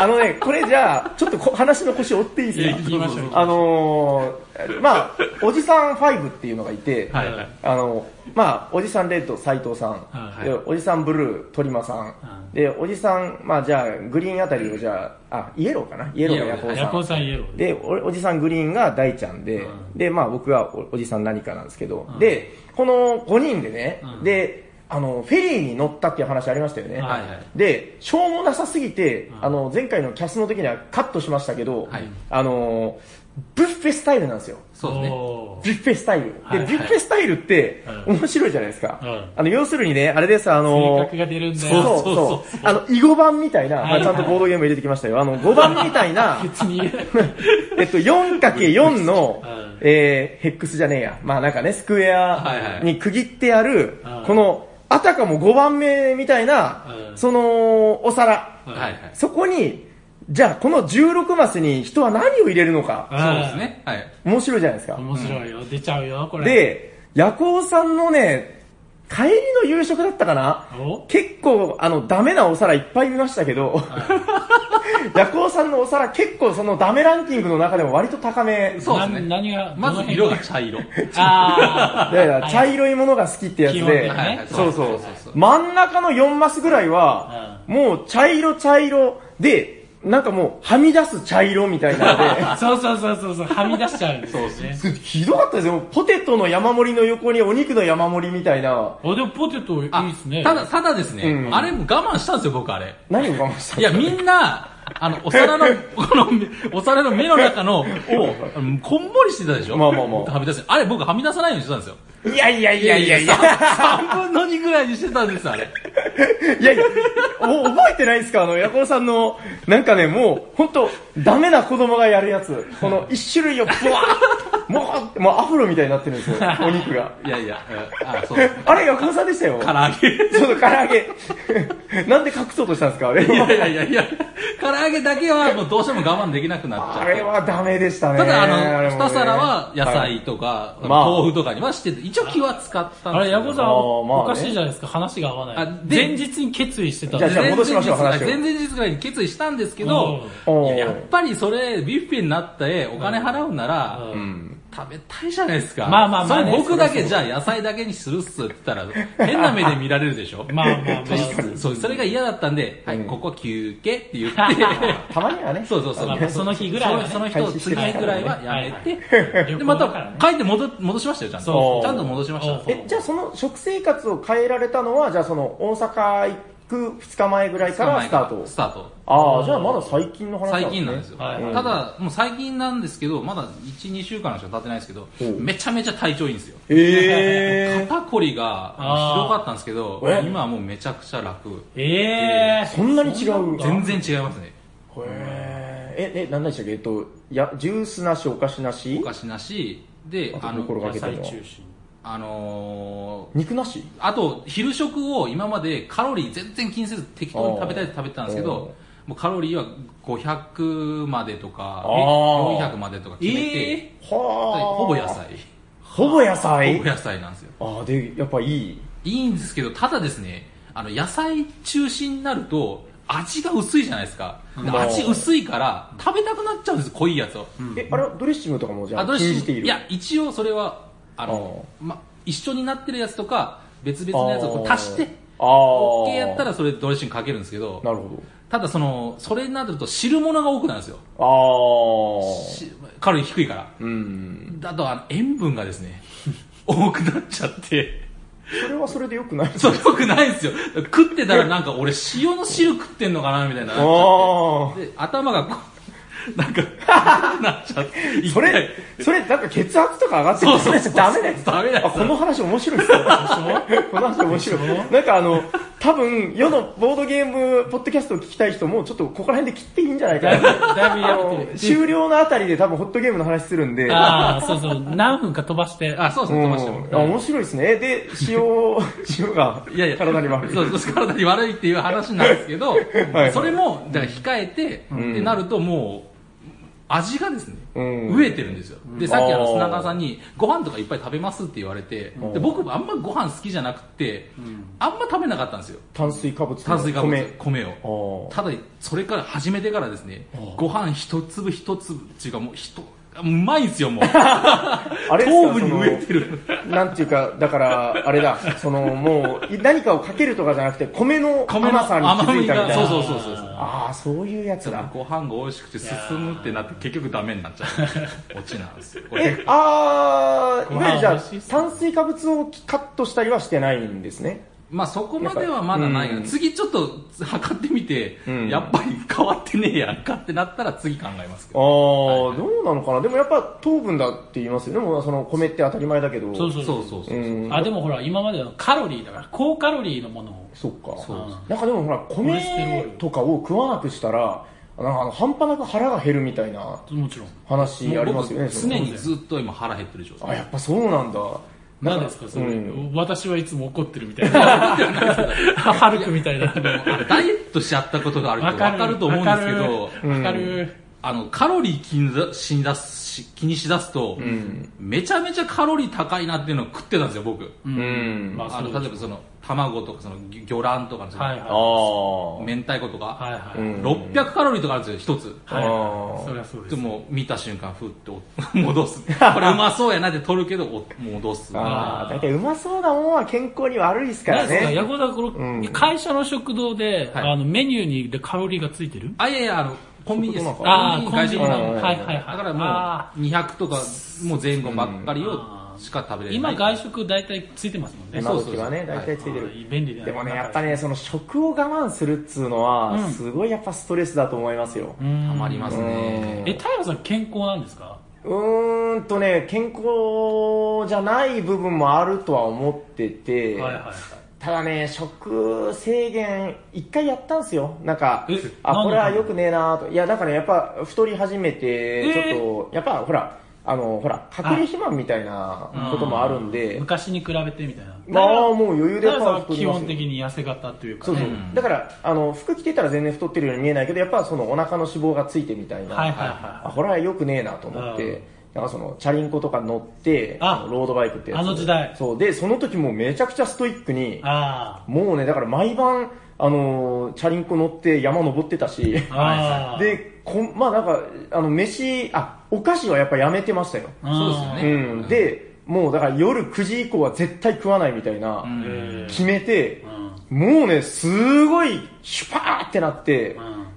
Speaker 2: あのね、これじゃあ、ちょっとこ話の腰折っていい
Speaker 1: いや
Speaker 2: で
Speaker 1: 聞
Speaker 2: す
Speaker 1: き
Speaker 2: か
Speaker 1: ましょう。 [LAUGHS]
Speaker 2: あのー、まあ、おじさん5っていうのがいて、
Speaker 3: はいはい
Speaker 2: あの、まあ、おじさんレッド斎藤さん、
Speaker 1: はい
Speaker 2: でおじさんブルー鳥間さん、
Speaker 1: い
Speaker 2: で、おじさん、まあじゃあ、グリーンあたりをじゃあ、あ、イエローかなイエローの
Speaker 3: イエ
Speaker 2: ヤ
Speaker 3: ロー
Speaker 2: コウ
Speaker 1: ヤ
Speaker 2: さ
Speaker 1: コウ
Speaker 2: ん。
Speaker 1: さんイエロー。
Speaker 2: でお、おじさんグリーンが大ちゃんで、
Speaker 1: うん
Speaker 2: で、まあ僕はおおじさん何かなんですけど、で、この5人でね、
Speaker 1: うん
Speaker 2: で、あの、フェリーに乗ったっていう話ありましたよね。
Speaker 1: はい
Speaker 3: はい
Speaker 2: で、しょうもなさすぎて、
Speaker 1: ん
Speaker 2: あの、前回のキャスの時にはカットしましたけど、
Speaker 3: はい
Speaker 2: あの、ブッフェスタイルなんですよ。
Speaker 3: そうですね
Speaker 1: おー
Speaker 2: ビュッフェスタイル。で、
Speaker 1: はいはい
Speaker 2: ビュッフェスタイルって
Speaker 1: うん
Speaker 2: 面白いじゃないですか。
Speaker 1: うん
Speaker 2: あの、要するにね、あれです、あ
Speaker 1: 性
Speaker 2: の
Speaker 1: 格が出るんだ
Speaker 2: そう
Speaker 1: よ。
Speaker 2: そうそう。あの、囲碁版みたいな、
Speaker 1: はい
Speaker 2: まあちゃんとボードゲーム入れてきましたよ。あの、5番みた
Speaker 1: [LAUGHS]
Speaker 2: いな、
Speaker 1: 別に言えない。
Speaker 2: [LAUGHS] えっと、4×4 の
Speaker 1: うん、
Speaker 2: えー、ヘックスじゃねえや。まあなんかね、スクエ
Speaker 3: はいは
Speaker 2: ア
Speaker 3: い
Speaker 2: に区切ってある
Speaker 1: うん、
Speaker 2: この、あたかも5番目みたいな
Speaker 1: う、ん
Speaker 2: その、お皿。
Speaker 1: うん
Speaker 3: はいはい
Speaker 2: そこに、じゃあこの16マスに人は何を入れるのか、
Speaker 3: そうです。ねはい
Speaker 2: 面白いじゃないですか。
Speaker 1: 面白いよ。出ちゃうよ、これ。、
Speaker 2: で、夜行さんのね、帰りの夕食だったかな
Speaker 1: お
Speaker 2: 結構、あの、ダメなお皿いっぱい見ましたけど、 [LAUGHS] 夜行さんのお皿結構そのダメランキングの中でも割と高め。
Speaker 3: そうですね
Speaker 1: な何が、
Speaker 3: ま
Speaker 1: ど
Speaker 3: ず
Speaker 1: の辺
Speaker 3: 色が [LAUGHS] 茶色
Speaker 1: ああ。
Speaker 2: だから茶
Speaker 1: はい
Speaker 2: 色いものが好きってやつ
Speaker 1: 基本的
Speaker 2: で、
Speaker 1: にね
Speaker 2: そうそう。真ん中の4マスぐらいは、もう茶色茶色で、なんかもうはみ出す茶色みたいな
Speaker 1: [LAUGHS]
Speaker 2: ので、
Speaker 1: そうそうそうそうそう、はみ出しちゃうんですよね。
Speaker 2: ひどかったですよ。ポテトの山盛りの横にお肉の山盛りみたいな。
Speaker 1: あ、でもポテトいい
Speaker 3: あ
Speaker 1: ですね。
Speaker 3: ただ、ただですね、
Speaker 2: うん
Speaker 3: あれも我慢したんですよ、僕あれ。
Speaker 2: 何を我慢した
Speaker 3: いや、みんな、あの、お
Speaker 2: [LAUGHS]
Speaker 3: 皿の、この、お皿の目の中の、を、あのこんもりしてたでしょ
Speaker 2: まあまあまあ
Speaker 3: はみ出せ。あれ僕はみ出さないようにしてたんですよ。
Speaker 2: いやいやいやいやいや。
Speaker 3: 3分の2ぐらいにしてたんです、あれ。
Speaker 2: いやいや、お覚えてないですかあの、ヤコロさんの、なんかね、もう、ほんと、ダメな子供がやるやつ。この、一種類を、ブワーッもうって、もうアフロみたいになってるんですよ、お肉が。
Speaker 3: いやいや、えあ、そう。唐
Speaker 2: あれ、ヤコロさんでした
Speaker 1: [LAUGHS]
Speaker 2: よ。
Speaker 3: 揚げ。
Speaker 2: ちょっと唐揚
Speaker 3: [LAUGHS]
Speaker 2: げ。なんで隠そうとしたんですかあれ
Speaker 3: いやいや
Speaker 2: は。
Speaker 3: いやいや、唐揚げだけはもうどうしても我慢できなくなっちゃ
Speaker 2: あ
Speaker 3: う。
Speaker 2: れはダメでしたね。
Speaker 3: ただ、
Speaker 2: れ
Speaker 3: あの、
Speaker 2: もね
Speaker 3: 二皿は野菜とか、
Speaker 2: いまあ
Speaker 3: 豆腐とかにはしてて、一応気は使ったんですけど
Speaker 1: あれ、ヤコさん、
Speaker 2: あーまあね
Speaker 1: おかしいじゃないですか、話が合わな
Speaker 3: あ
Speaker 1: い。
Speaker 3: で
Speaker 1: 前日に決意してたん
Speaker 2: じゃあ
Speaker 1: で
Speaker 2: じゃあ戻しましょう話を
Speaker 3: 前々日ぐらいに決意したんですけど、
Speaker 2: うん
Speaker 3: いややっぱりそれ、ビュッフェになってお金払うなら、
Speaker 1: うん
Speaker 2: うん。
Speaker 3: 食べたいじゃないですか。
Speaker 1: まあまあまあね
Speaker 3: それ僕だけじゃあ野菜だけにするっすって言ったら、変な目で見られるでしょ
Speaker 1: まあまあまあ
Speaker 3: 実質そう、それが嫌だったんで、はい、
Speaker 2: うん
Speaker 3: ここ休憩って言って、
Speaker 2: たまにはね。
Speaker 3: そうそうそう。
Speaker 1: まあまあその日ぐらいはね
Speaker 3: そのその日と次ぐらいはやめて、
Speaker 1: い
Speaker 3: で、
Speaker 1: 旅行
Speaker 3: ま
Speaker 1: だから
Speaker 3: た
Speaker 1: ね
Speaker 3: 帰って戻戻しましたよ、ちゃん
Speaker 1: そ
Speaker 3: と。
Speaker 2: う
Speaker 3: ちゃんと戻しまし
Speaker 1: うん
Speaker 3: た。
Speaker 2: え、じゃあその食生活を変えられたのは、じゃあその大阪行く2日前ぐらいからスタート
Speaker 3: ス。タート。
Speaker 2: ああ、じゃあまだ最近の話
Speaker 3: 最近なんですよ。
Speaker 1: はい
Speaker 3: ただ、もう最近なんですけど、まだ1、2週間しか経ってないですけど
Speaker 2: おう、
Speaker 3: めちゃめちゃ体調いいんですよ。
Speaker 2: ええ
Speaker 3: [LAUGHS] 肩こりがひどかったんですけど
Speaker 2: あー、
Speaker 3: 今はもうめちゃくちゃ楽。
Speaker 1: [LAUGHS] ええ
Speaker 2: ー、そんなに違う。
Speaker 3: 全然違いますね。
Speaker 2: へーえ、え、何でしたっけえっと、や、ジュースなし、お菓子なし
Speaker 3: お、菓子なし、で、
Speaker 2: あ
Speaker 3: あ
Speaker 2: と心
Speaker 3: の、
Speaker 2: がけてるの
Speaker 1: 野
Speaker 2: は
Speaker 1: 菜中心。
Speaker 3: あのー
Speaker 2: 肉なし
Speaker 3: あと、昼食を今までカロリー全然気にせず適当に食べたいと食べてたんですけ
Speaker 2: おう
Speaker 3: ど、もうカロリーは500までとか、
Speaker 2: あー
Speaker 3: 400までとか決めて、
Speaker 1: え
Speaker 2: はあ。
Speaker 3: ほぼ野。菜。
Speaker 2: ほぼ野菜
Speaker 3: ほぼ野菜なんですよ。
Speaker 2: ああ、で、やっぱいい。
Speaker 3: いいんですけど、ただですね、あの、野菜中心になると、味が薄いじゃないですか。で
Speaker 2: まあ
Speaker 3: 味薄いから、食べたくなっちゃうんです、濃いやつを。
Speaker 2: え、あれはドレッシングとかもじゃ
Speaker 3: あ
Speaker 2: あ、
Speaker 3: どう
Speaker 2: 禁
Speaker 3: し
Speaker 2: じている
Speaker 3: いや、一応それは、あの、ま、一緒になってるやつとか、別々のやつをこう足して、
Speaker 2: ああ。
Speaker 3: OK やったらそれドレッシングかけるんですけど、
Speaker 2: なるほ
Speaker 3: ただその、それになると汁物が多くなるんですよ。
Speaker 2: ど。
Speaker 3: しカロリー低いから
Speaker 2: ああ。。うん。
Speaker 3: だと、あの、塩分がです [LAUGHS] ね、多くなっちゃって、
Speaker 2: それはそれで良くない
Speaker 3: それよくないんですよ。食ってたらなんか俺塩の汁食ってんのかなみたいになっちゃ
Speaker 2: あ
Speaker 3: って。で、頭がこう、なんか、 [LAUGHS] なっちゃって。
Speaker 2: あ。それ、それ、なんか血圧とか上がってる
Speaker 3: そうそうそう
Speaker 2: ダメだよ。
Speaker 3: ダメだよ
Speaker 2: あこの話面白いです
Speaker 3: [LAUGHS]
Speaker 2: よ。この話面白い。なんかあの、多分、世のボードゲーム、ポッドキャストを聞きたい人も、ちょっとここら辺で切っていいんじゃないか
Speaker 1: だ
Speaker 2: な。
Speaker 3: [LAUGHS]
Speaker 1: いぶ
Speaker 2: あ
Speaker 1: や
Speaker 2: の
Speaker 1: めてる。
Speaker 2: 終了のあたりで多分ホットゲームの話するんで。
Speaker 1: ああ、そうそう、何分か飛ばして。
Speaker 3: あ、そう
Speaker 2: う
Speaker 3: そう、飛
Speaker 2: ん、
Speaker 3: ばして
Speaker 2: あ面白いですね。えで、塩、
Speaker 3: [LAUGHS]
Speaker 2: 塩が
Speaker 3: いやいや、
Speaker 2: 体に悪い。
Speaker 3: そうそう、体に悪いっていう話なんですけど、
Speaker 2: はい
Speaker 3: それも、だから控えて、
Speaker 2: ん
Speaker 3: ってなるともう、味がですね、
Speaker 2: うん
Speaker 3: 飢えてるんですよ。で、さっきあ
Speaker 2: あ
Speaker 3: の、
Speaker 2: ー
Speaker 3: 砂川さんに、ご飯とかいっぱい食べますって言われて、で僕あんまご飯好きじゃなくて、あんま食べなかったんですよ。
Speaker 2: 炭水化物と
Speaker 3: 炭水化物、米
Speaker 2: 米。
Speaker 3: を。
Speaker 2: あー
Speaker 3: ただ、それから始めてからですね、ご飯一粒一粒っていうかもう一、うまいんですよ、も
Speaker 2: [LAUGHS]
Speaker 3: う。
Speaker 2: あれですか
Speaker 3: 頭部に植えてる。
Speaker 2: なんていうか、だから、あれだ、その、もう、い何かをかけるとかじゃなくて、米の
Speaker 3: 米の
Speaker 2: 甘さに気づいたみたい
Speaker 3: 甘みが
Speaker 2: な。
Speaker 3: そうそうそうそう。
Speaker 2: ああ、そういうやつだ。
Speaker 3: ご飯が美味しくて進むってなって結局ダメになっちゃ
Speaker 2: [LAUGHS]
Speaker 3: う。落ちなんですよ。これ
Speaker 2: え、ああ、い
Speaker 1: ご飯
Speaker 2: わゆるじゃ
Speaker 1: 美
Speaker 2: あ
Speaker 1: 味しいっ、すね
Speaker 2: 炭水化物をカットしたりはしてないんですね。
Speaker 3: まあそこまではまだないけど
Speaker 2: うん
Speaker 3: 次ちょっと測ってみて、
Speaker 2: うん
Speaker 3: やっぱり [LAUGHS] 変わってねえやんかってなったら次考えますけ
Speaker 2: あ
Speaker 3: ど。
Speaker 2: あ、どうなのかな。でもやっぱ糖分だって言いますよね。もうその米って当たり前だけど。
Speaker 1: そうそうそ
Speaker 3: そうう。そうそうう。
Speaker 2: ん。
Speaker 1: あ、でもほら、今までのカロリーだから、高カロリーのものを。
Speaker 2: そっか。
Speaker 3: そう
Speaker 2: なんかでもほら、
Speaker 1: レステロー
Speaker 2: 米
Speaker 1: ル
Speaker 2: とかを食わなくしたら、なんかあの半端なく腹が減るみたいな
Speaker 1: もちろん。
Speaker 2: 話ありますよね。
Speaker 3: 僕
Speaker 2: その
Speaker 3: 常にずっと今腹減ってる状態。
Speaker 2: あ、やっぱそうなんだ。
Speaker 1: 何ですか、それ、
Speaker 2: うん
Speaker 1: 私はいつも怒ってるみたいな。 [LAUGHS] ハルクみたいな。
Speaker 3: ダイエットしちゃったことがあると分かると思うんですけど、
Speaker 1: わかる。
Speaker 3: あの、カロリー気にだしだすし気にしだすと、めちゃめちゃカロリー高いなっていうのを食ってたんですよ、僕。
Speaker 2: うん。
Speaker 1: まあ
Speaker 3: あの
Speaker 1: そう
Speaker 3: 例えばその、卵とかその魚魚卵とかのその
Speaker 1: はいはい。
Speaker 2: ああ。
Speaker 3: 明太子とか、
Speaker 1: はいはい。
Speaker 2: うん
Speaker 3: 600カロリーとかあるんですよ、一つ。
Speaker 1: はい
Speaker 2: あ
Speaker 1: はい。
Speaker 2: ー
Speaker 1: そりゃそうで。
Speaker 3: ですも、見た瞬間、ふっと
Speaker 1: [LAUGHS]
Speaker 3: 戻す。これうまそうやなって取るけど、お戻す。
Speaker 2: ああ、だいたいうまそうなもんは健康に悪いですから
Speaker 1: ですか
Speaker 2: ね。
Speaker 1: ヤコウさんこ
Speaker 2: うん
Speaker 1: の会社の食堂で、
Speaker 3: はい
Speaker 1: あの、メニューにでカロリーがついてる
Speaker 3: あ、いやいや、あの、コンビニです。
Speaker 2: そういうこと
Speaker 1: ああ、コ
Speaker 3: 外
Speaker 1: ンビ
Speaker 3: 食
Speaker 1: ニ
Speaker 3: な
Speaker 1: の。
Speaker 3: の
Speaker 2: う
Speaker 1: は
Speaker 2: ん
Speaker 1: い
Speaker 3: で。
Speaker 1: はいはい。
Speaker 3: だから
Speaker 1: あ
Speaker 3: もう、200とか、もう前後ばっかり
Speaker 1: あ
Speaker 3: を
Speaker 1: ー
Speaker 3: しか食べ
Speaker 1: ー
Speaker 3: れな
Speaker 1: 今
Speaker 3: い。
Speaker 1: 外食大体ついてますもんね。
Speaker 2: 今時はね、
Speaker 3: そう
Speaker 2: だ
Speaker 3: そうそ
Speaker 2: いた
Speaker 3: う
Speaker 2: いついてる。
Speaker 1: はい便利だよ
Speaker 2: でもね、やっぱね、その食を我慢するっつうのは、
Speaker 1: うん
Speaker 2: すごいやっぱストレスだと思いますよ。
Speaker 1: うーん
Speaker 3: はまりますね。
Speaker 1: え、太陽さん健康なんですか
Speaker 2: うーんとね、健康じゃない部分もあるとは思ってて、
Speaker 1: はいはいはい。
Speaker 2: ただね、食制限、一回やったんすよ。なんか
Speaker 1: え、
Speaker 2: あ、
Speaker 1: 何の
Speaker 2: これは良くねえなと。いや、だからやっぱ、太り始めて、
Speaker 1: えー
Speaker 2: ちょっと、やっぱ、ほら、あの、ほら、隔離肥満みたいなこともあるんで、
Speaker 1: 昔に比べてみたいな。
Speaker 2: まあ、もう余裕で
Speaker 1: だ
Speaker 2: や
Speaker 1: か
Speaker 2: っ
Speaker 1: らさん
Speaker 2: ぱ太
Speaker 1: は
Speaker 2: り
Speaker 1: 基
Speaker 2: ます
Speaker 1: 本
Speaker 2: よ
Speaker 1: 的に痩せ型というか
Speaker 2: そう
Speaker 1: ね。
Speaker 2: そう。だから、あの、服着てたら全然太ってるように見えないけど、やっぱそのお腹の脂肪がついてみたいな。
Speaker 1: はいはいは
Speaker 2: あこれは良くねえなと思っ
Speaker 1: うん
Speaker 2: て、なんかその、チャリンコとか乗って、
Speaker 1: あ
Speaker 2: あのロードバイクってやつ
Speaker 1: あの時代
Speaker 2: そう。で、その時もうめちゃくちゃストイックに
Speaker 1: い。、あ
Speaker 2: もうね、だから毎晩、あのーチャリンコ乗って山登ってた
Speaker 3: [LAUGHS]
Speaker 2: し、
Speaker 1: あ。ああ。
Speaker 2: で、こんまあなんか、あの、飯、あ、お菓子はやっぱやめてましたよ。
Speaker 1: うん、
Speaker 3: そうですよね
Speaker 2: うん。で、もうだから夜9時以降は絶対食わないみたいな、
Speaker 3: ん
Speaker 1: え
Speaker 2: 決めて
Speaker 1: え。う、ん。
Speaker 2: もうね、すごい、シュパーってなって、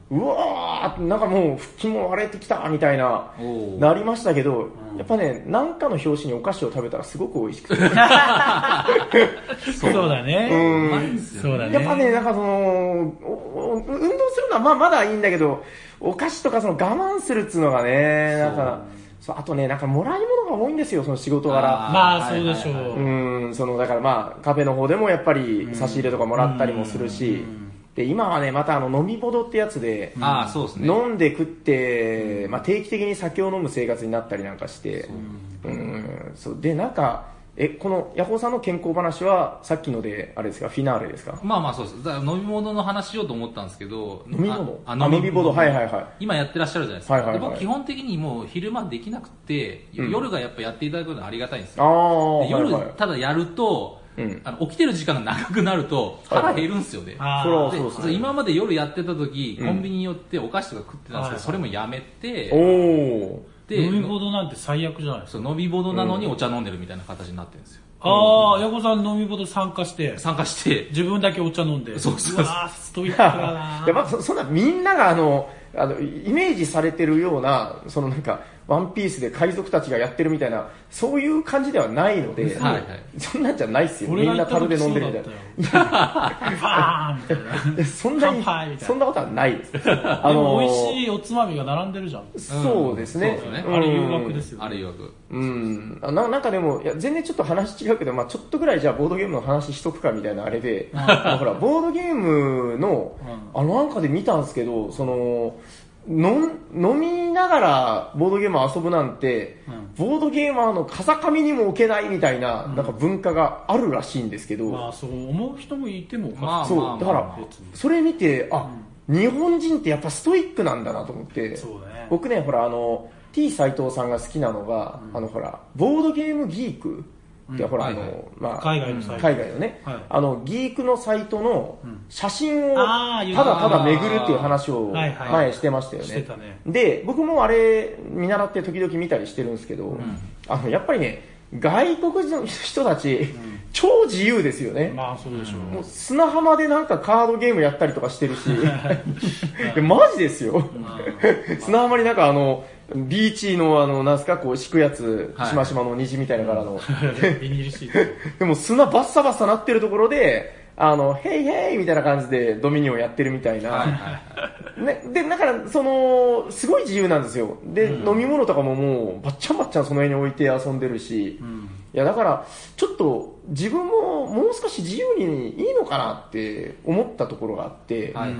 Speaker 1: うん。
Speaker 2: うわーなんかもう腹筋も割れてきたみたいな
Speaker 3: お、ー
Speaker 2: なりましたけど
Speaker 1: うん、
Speaker 2: やっぱね、なんかの表紙にお菓子を食べたらすごく美味しくて。やっ
Speaker 1: そうだね。
Speaker 3: うまいんです
Speaker 1: そう
Speaker 3: よね
Speaker 1: だね。
Speaker 2: ぱね、なんかその、おお運動するのはまあまだいいんだけど、お菓子とかその我慢するっつうのがね、なんか、そうあとね、なんかもらい物が多いんですよ、その仕事柄。
Speaker 1: まあ、そうでしょ
Speaker 3: はいはいは
Speaker 1: う。
Speaker 2: うん、その、だからまあ、カフェの方でもやっぱり差し入れとかもらったりもするし、で、今はね、またあの、飲み物ってやつで、
Speaker 3: ああ、そうですね。
Speaker 2: 飲んで食って、まあ、定期的に酒を飲む生活になったりなんかして、うん、そうで、なんか、え、この、ヤホーさんの健康話は、さっきので、あれですか、フィナーレですか
Speaker 3: まあまあそうです。だから飲み物の話しようと思ったんですけど。
Speaker 2: 飲み物
Speaker 3: あ
Speaker 2: あ
Speaker 3: あ
Speaker 2: 飲み物はいはいはい
Speaker 3: 今やってらっしゃるじゃないですか。
Speaker 2: はいはいはい
Speaker 3: で僕基本的にもう昼間できなくて、
Speaker 2: うん
Speaker 3: 夜がやっぱやっていただくのはありがたいんです
Speaker 2: あ
Speaker 3: よ。
Speaker 2: あ、は
Speaker 3: で
Speaker 2: いはい。
Speaker 3: 夜、ただやると、
Speaker 2: うん
Speaker 3: あの起きてる時間が長くなると
Speaker 2: はいは
Speaker 3: 腹
Speaker 2: い
Speaker 3: 減るんですよね。
Speaker 1: あ
Speaker 2: そら
Speaker 1: あ。
Speaker 2: そうですね
Speaker 3: で今まで夜やってた時、
Speaker 2: うん
Speaker 3: コンビニに寄ってお菓子とか食ってたんですけど、それもやめ
Speaker 2: お
Speaker 3: て、
Speaker 2: ー
Speaker 3: で、
Speaker 1: 飲み物なんて最悪じゃないですか。
Speaker 3: そう飲み物なのにお茶飲んでるみたいな形になってるんですよ。
Speaker 1: ああ、ヤコさん飲み物参加して、
Speaker 3: 参加して、
Speaker 1: 自分だけお茶飲んで。
Speaker 3: そうそうそう
Speaker 1: わあ、ストイックだ
Speaker 2: [LAUGHS] いや、ま
Speaker 1: な。
Speaker 2: あ、そそんな、みんながあの、あの、イメージされてるような、そのなんか、ワンピースで海賊たちがやってるみたいな、そういう感じではないので、
Speaker 3: はいはい
Speaker 2: そんなんじゃないっすよ。み
Speaker 1: 俺が行
Speaker 2: んな
Speaker 1: った
Speaker 2: 樽で
Speaker 1: 時
Speaker 2: 飲
Speaker 1: そ
Speaker 2: ん
Speaker 1: うだ
Speaker 2: でる
Speaker 1: っ
Speaker 2: み
Speaker 1: た
Speaker 2: たい
Speaker 1: よ
Speaker 2: な。。 [LAUGHS]
Speaker 1: バーンみたいな。
Speaker 2: そんな
Speaker 1: 乾杯み
Speaker 2: に、
Speaker 1: たいな
Speaker 2: そんなことはないです。あ
Speaker 1: [LAUGHS] でも
Speaker 2: の
Speaker 1: 美味しいおつまみが並んでるじゃん。
Speaker 2: そうですね。
Speaker 3: そうですね
Speaker 2: うん
Speaker 1: あれ誘惑ですよ、ね。
Speaker 3: あるよく。
Speaker 2: うん。あななんかでも、いや、全然ちょっと話違うけど、まあちょっとぐらいじゃあボードゲームの話しとくかみたいなあれで、まあほら、ボードゲームの、あのなんかで見たんですけど、その、飲ん飲みながらボードゲームを遊ぶなんて、ボードゲーマーの風上にも置けないみたいな、なんか文化があるらしいんですけど、
Speaker 1: まあそう思う人もいてもおかしくない
Speaker 3: まあ
Speaker 2: そう、だから
Speaker 1: 別に、
Speaker 2: それ見て、あ、日本人ってやっぱストイックなんだなと思って、
Speaker 1: そうだね
Speaker 2: 僕ね、ほら、あの、T 斎藤さんが好きなのが、あの、ほら、ボードゲームギークって、ほら、あ
Speaker 3: はいはい
Speaker 2: の、まあ、
Speaker 1: 海外のサイト
Speaker 2: 海外のね、
Speaker 1: はい
Speaker 2: あの、ギークのサイトの写真を、
Speaker 1: あー
Speaker 2: ただただ巡るっていう話を
Speaker 1: はいはい
Speaker 2: 前してましたよね。
Speaker 1: してたね
Speaker 2: で、僕もあれ、見習って時々見たりしてるんですけど、あの、やっぱりね、外国人の人たち、超自由ですよね。
Speaker 1: まあそうでしょう、
Speaker 2: もう砂浜でなんかカードゲームやったりとかしてるし、いやマジ [LAUGHS] ですよ。 [LAUGHS] 砂浜になんかあの、ビーチのあの、なんすか、こう敷くやつ、
Speaker 3: はい
Speaker 2: しましまの虹みたいな柄の。
Speaker 1: [LAUGHS] ビニールシート
Speaker 2: [LAUGHS] でも砂バッサバッサなってるところで、あの、ヘイヘイみたいな感じでドミニオンやってるみたいな。
Speaker 3: はいはい。
Speaker 2: ね、で、だから、その、すごい自由なんですよ。で、飲み物とかももう、ばっちゃんばっちゃんその辺に置いて遊んでるし、いや、だから、ちょっと、自分ももう少し自由にいいのかなって思ったところがあって、
Speaker 3: はいはい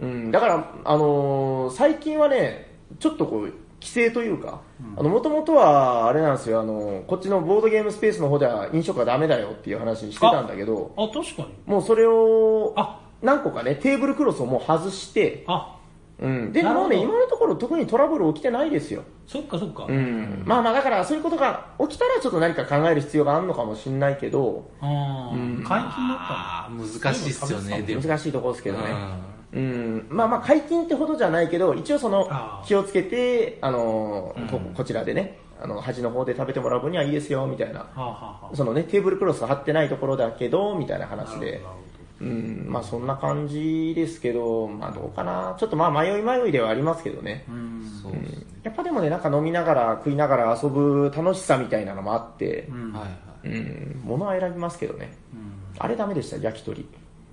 Speaker 2: うん、だから、あのー最近はね、ちょっとこう、規制というか、あの、もともとは、あれなんですよ、あのこっちのボードゲームスペースの方では飲食はダメだよっていう話にしてたんだけど、
Speaker 1: あ確かに
Speaker 2: もうそれを
Speaker 1: あ、
Speaker 2: 何個かね、テーブルクロスをもう外して、
Speaker 1: あ
Speaker 2: うん、で
Speaker 1: なる
Speaker 2: も
Speaker 1: ほ
Speaker 2: う
Speaker 1: ど
Speaker 2: ね、今のところ特にトラブル起きてないですよ。
Speaker 1: そっかそっか、
Speaker 2: うん。まあまあ、だからそういうことが起きたらちょっと何か考える必要があるのかもしれないけど、
Speaker 1: あー解禁だった
Speaker 3: ああ、難しいっすよね、でも。
Speaker 2: 難しいところですけどね。う
Speaker 3: う
Speaker 2: ん。まあまあ、解禁ってほどじゃないけど、一応その
Speaker 1: あ、ー
Speaker 2: 気をつけて、あのーこ、こちらでね、あの、端の方で食べてもらう分にはいいですよ、みたいな。
Speaker 1: のはあ、はあはあ、
Speaker 2: そのね、テーブルクロス貼ってないところだけど、みたいな話
Speaker 1: なる
Speaker 2: で
Speaker 1: ほど。
Speaker 2: うん、まあそんな感じですけど、まあどうかな。ちょっとまあ迷い迷いではありますけどね。
Speaker 3: んそうっすね
Speaker 2: やっぱでもね、なんか飲みながら食いながら遊ぶ楽しさみたいなのもあって、
Speaker 3: はいはい。
Speaker 2: うん、物は選びますけどね。あれダメでした、焼き鳥。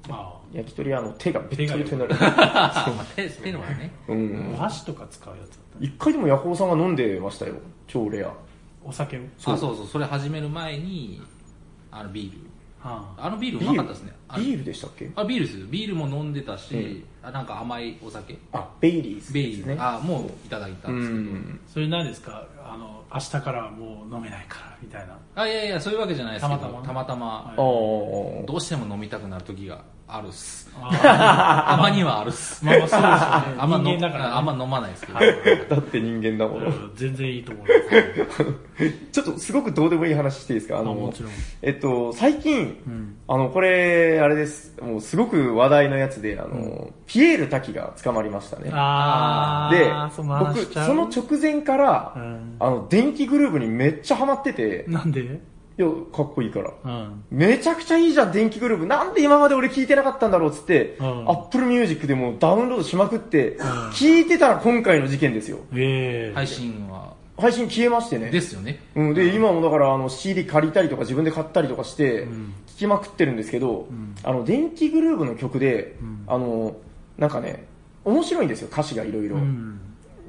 Speaker 1: あ
Speaker 2: 焼き鳥はあの手がべっとりとになる。
Speaker 3: あまあ、手、手のはね。
Speaker 2: うん。
Speaker 1: ーお箸とか使うやつだったね
Speaker 2: 一回でもヤホーさんが飲んでましたよ。超レア。
Speaker 1: お酒を
Speaker 3: あ、そうそう、それ始める前に、あの、ビール。
Speaker 1: は
Speaker 3: あのビールう
Speaker 2: ビ
Speaker 3: ま
Speaker 2: ー
Speaker 3: かっ
Speaker 2: ル
Speaker 3: たですねあ
Speaker 2: ビールでしたっけ
Speaker 3: あビールですよビールも飲んでたし、
Speaker 2: うん
Speaker 3: あなんか甘いお酒
Speaker 2: あ、ベイリーズ
Speaker 3: ベ
Speaker 2: で
Speaker 3: イ
Speaker 2: す
Speaker 3: ね
Speaker 2: ね。
Speaker 3: あもういただいた
Speaker 2: うん
Speaker 3: ですけど、
Speaker 2: ん。
Speaker 1: それ何ですかあの明日からはもう飲めないからみたいな
Speaker 3: あいやいやそういうわけじゃないですけど
Speaker 1: たまたま
Speaker 3: ま
Speaker 1: はい
Speaker 2: あー
Speaker 3: どうしても飲みたくなる時があるっす
Speaker 1: あ
Speaker 3: たまにはあるっす
Speaker 1: まあまあそうですよね
Speaker 3: あんま飲
Speaker 1: 人間だからね
Speaker 3: あんま飲まないですけど、
Speaker 2: だって人間だも
Speaker 1: ー
Speaker 2: の。
Speaker 1: うん全然いいと思います
Speaker 2: ちょっとすごくどうでもいい話していいですかあ
Speaker 1: あ
Speaker 2: の、
Speaker 1: もちろん
Speaker 2: えっと、最近、
Speaker 1: うん
Speaker 2: あの、これ、あれです。もうすごく話題のやつで、あの、ピエール滝が捕まりましたね。
Speaker 1: あ
Speaker 2: で
Speaker 1: ー、その
Speaker 2: 僕
Speaker 1: 話、しちゃう
Speaker 2: その直前から、
Speaker 1: うん
Speaker 2: あの、電気グルーブにめっちゃハマってて、
Speaker 1: なんで
Speaker 2: いや、かっこいいから。
Speaker 1: うん
Speaker 2: めちゃくちゃいいじゃん、電気グルーブ。なんで今まで俺聞いてなかったんだろうっつって、
Speaker 1: うん
Speaker 2: Apple Music でもダウンロードしまくって、聞いてたら今回の事件ですよ。
Speaker 1: ええ
Speaker 3: 配信は
Speaker 2: 配信消えましてね。
Speaker 3: ですよね
Speaker 2: うん、で、今もだから、あの、CD 借りたりとか自分で買ったりとかして、聞きまくってるんですけど、あの、電気グルーブの曲で、あの、なんかね、面白いんですよ、歌詞がいろいろ
Speaker 1: う。ん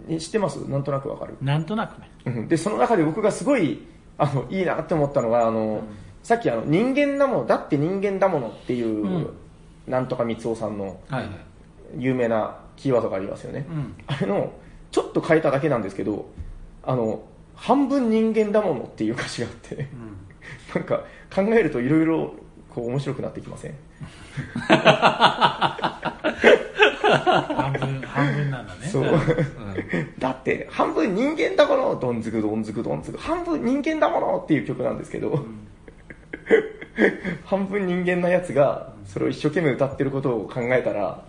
Speaker 2: ね知ってますなんとなくわかる。
Speaker 1: なんとなくね
Speaker 2: うんで、その中で僕がすごい、あの、いいなって思ったのが、あの、さっきあの、人間だもの、だって人間だものっていう、
Speaker 1: ん
Speaker 2: なんとか三夫さんの
Speaker 3: はいはい
Speaker 2: 有名なキーワードがありますよね。
Speaker 1: うん
Speaker 2: あれの、ちょっと変えただけなんですけど、あの、半分人間だものっていう歌詞があって、なんか考えるといろいろこう面白くなってきません
Speaker 1: 半分半分なんだね
Speaker 2: そう。 [LAUGHS] だって、半分人間だもの、どんずくどんずくどんずく、半分人間だものっていう曲なんですけど、 [LAUGHS] 半分人間なやつが、それを一生懸命歌ってることを考えたら、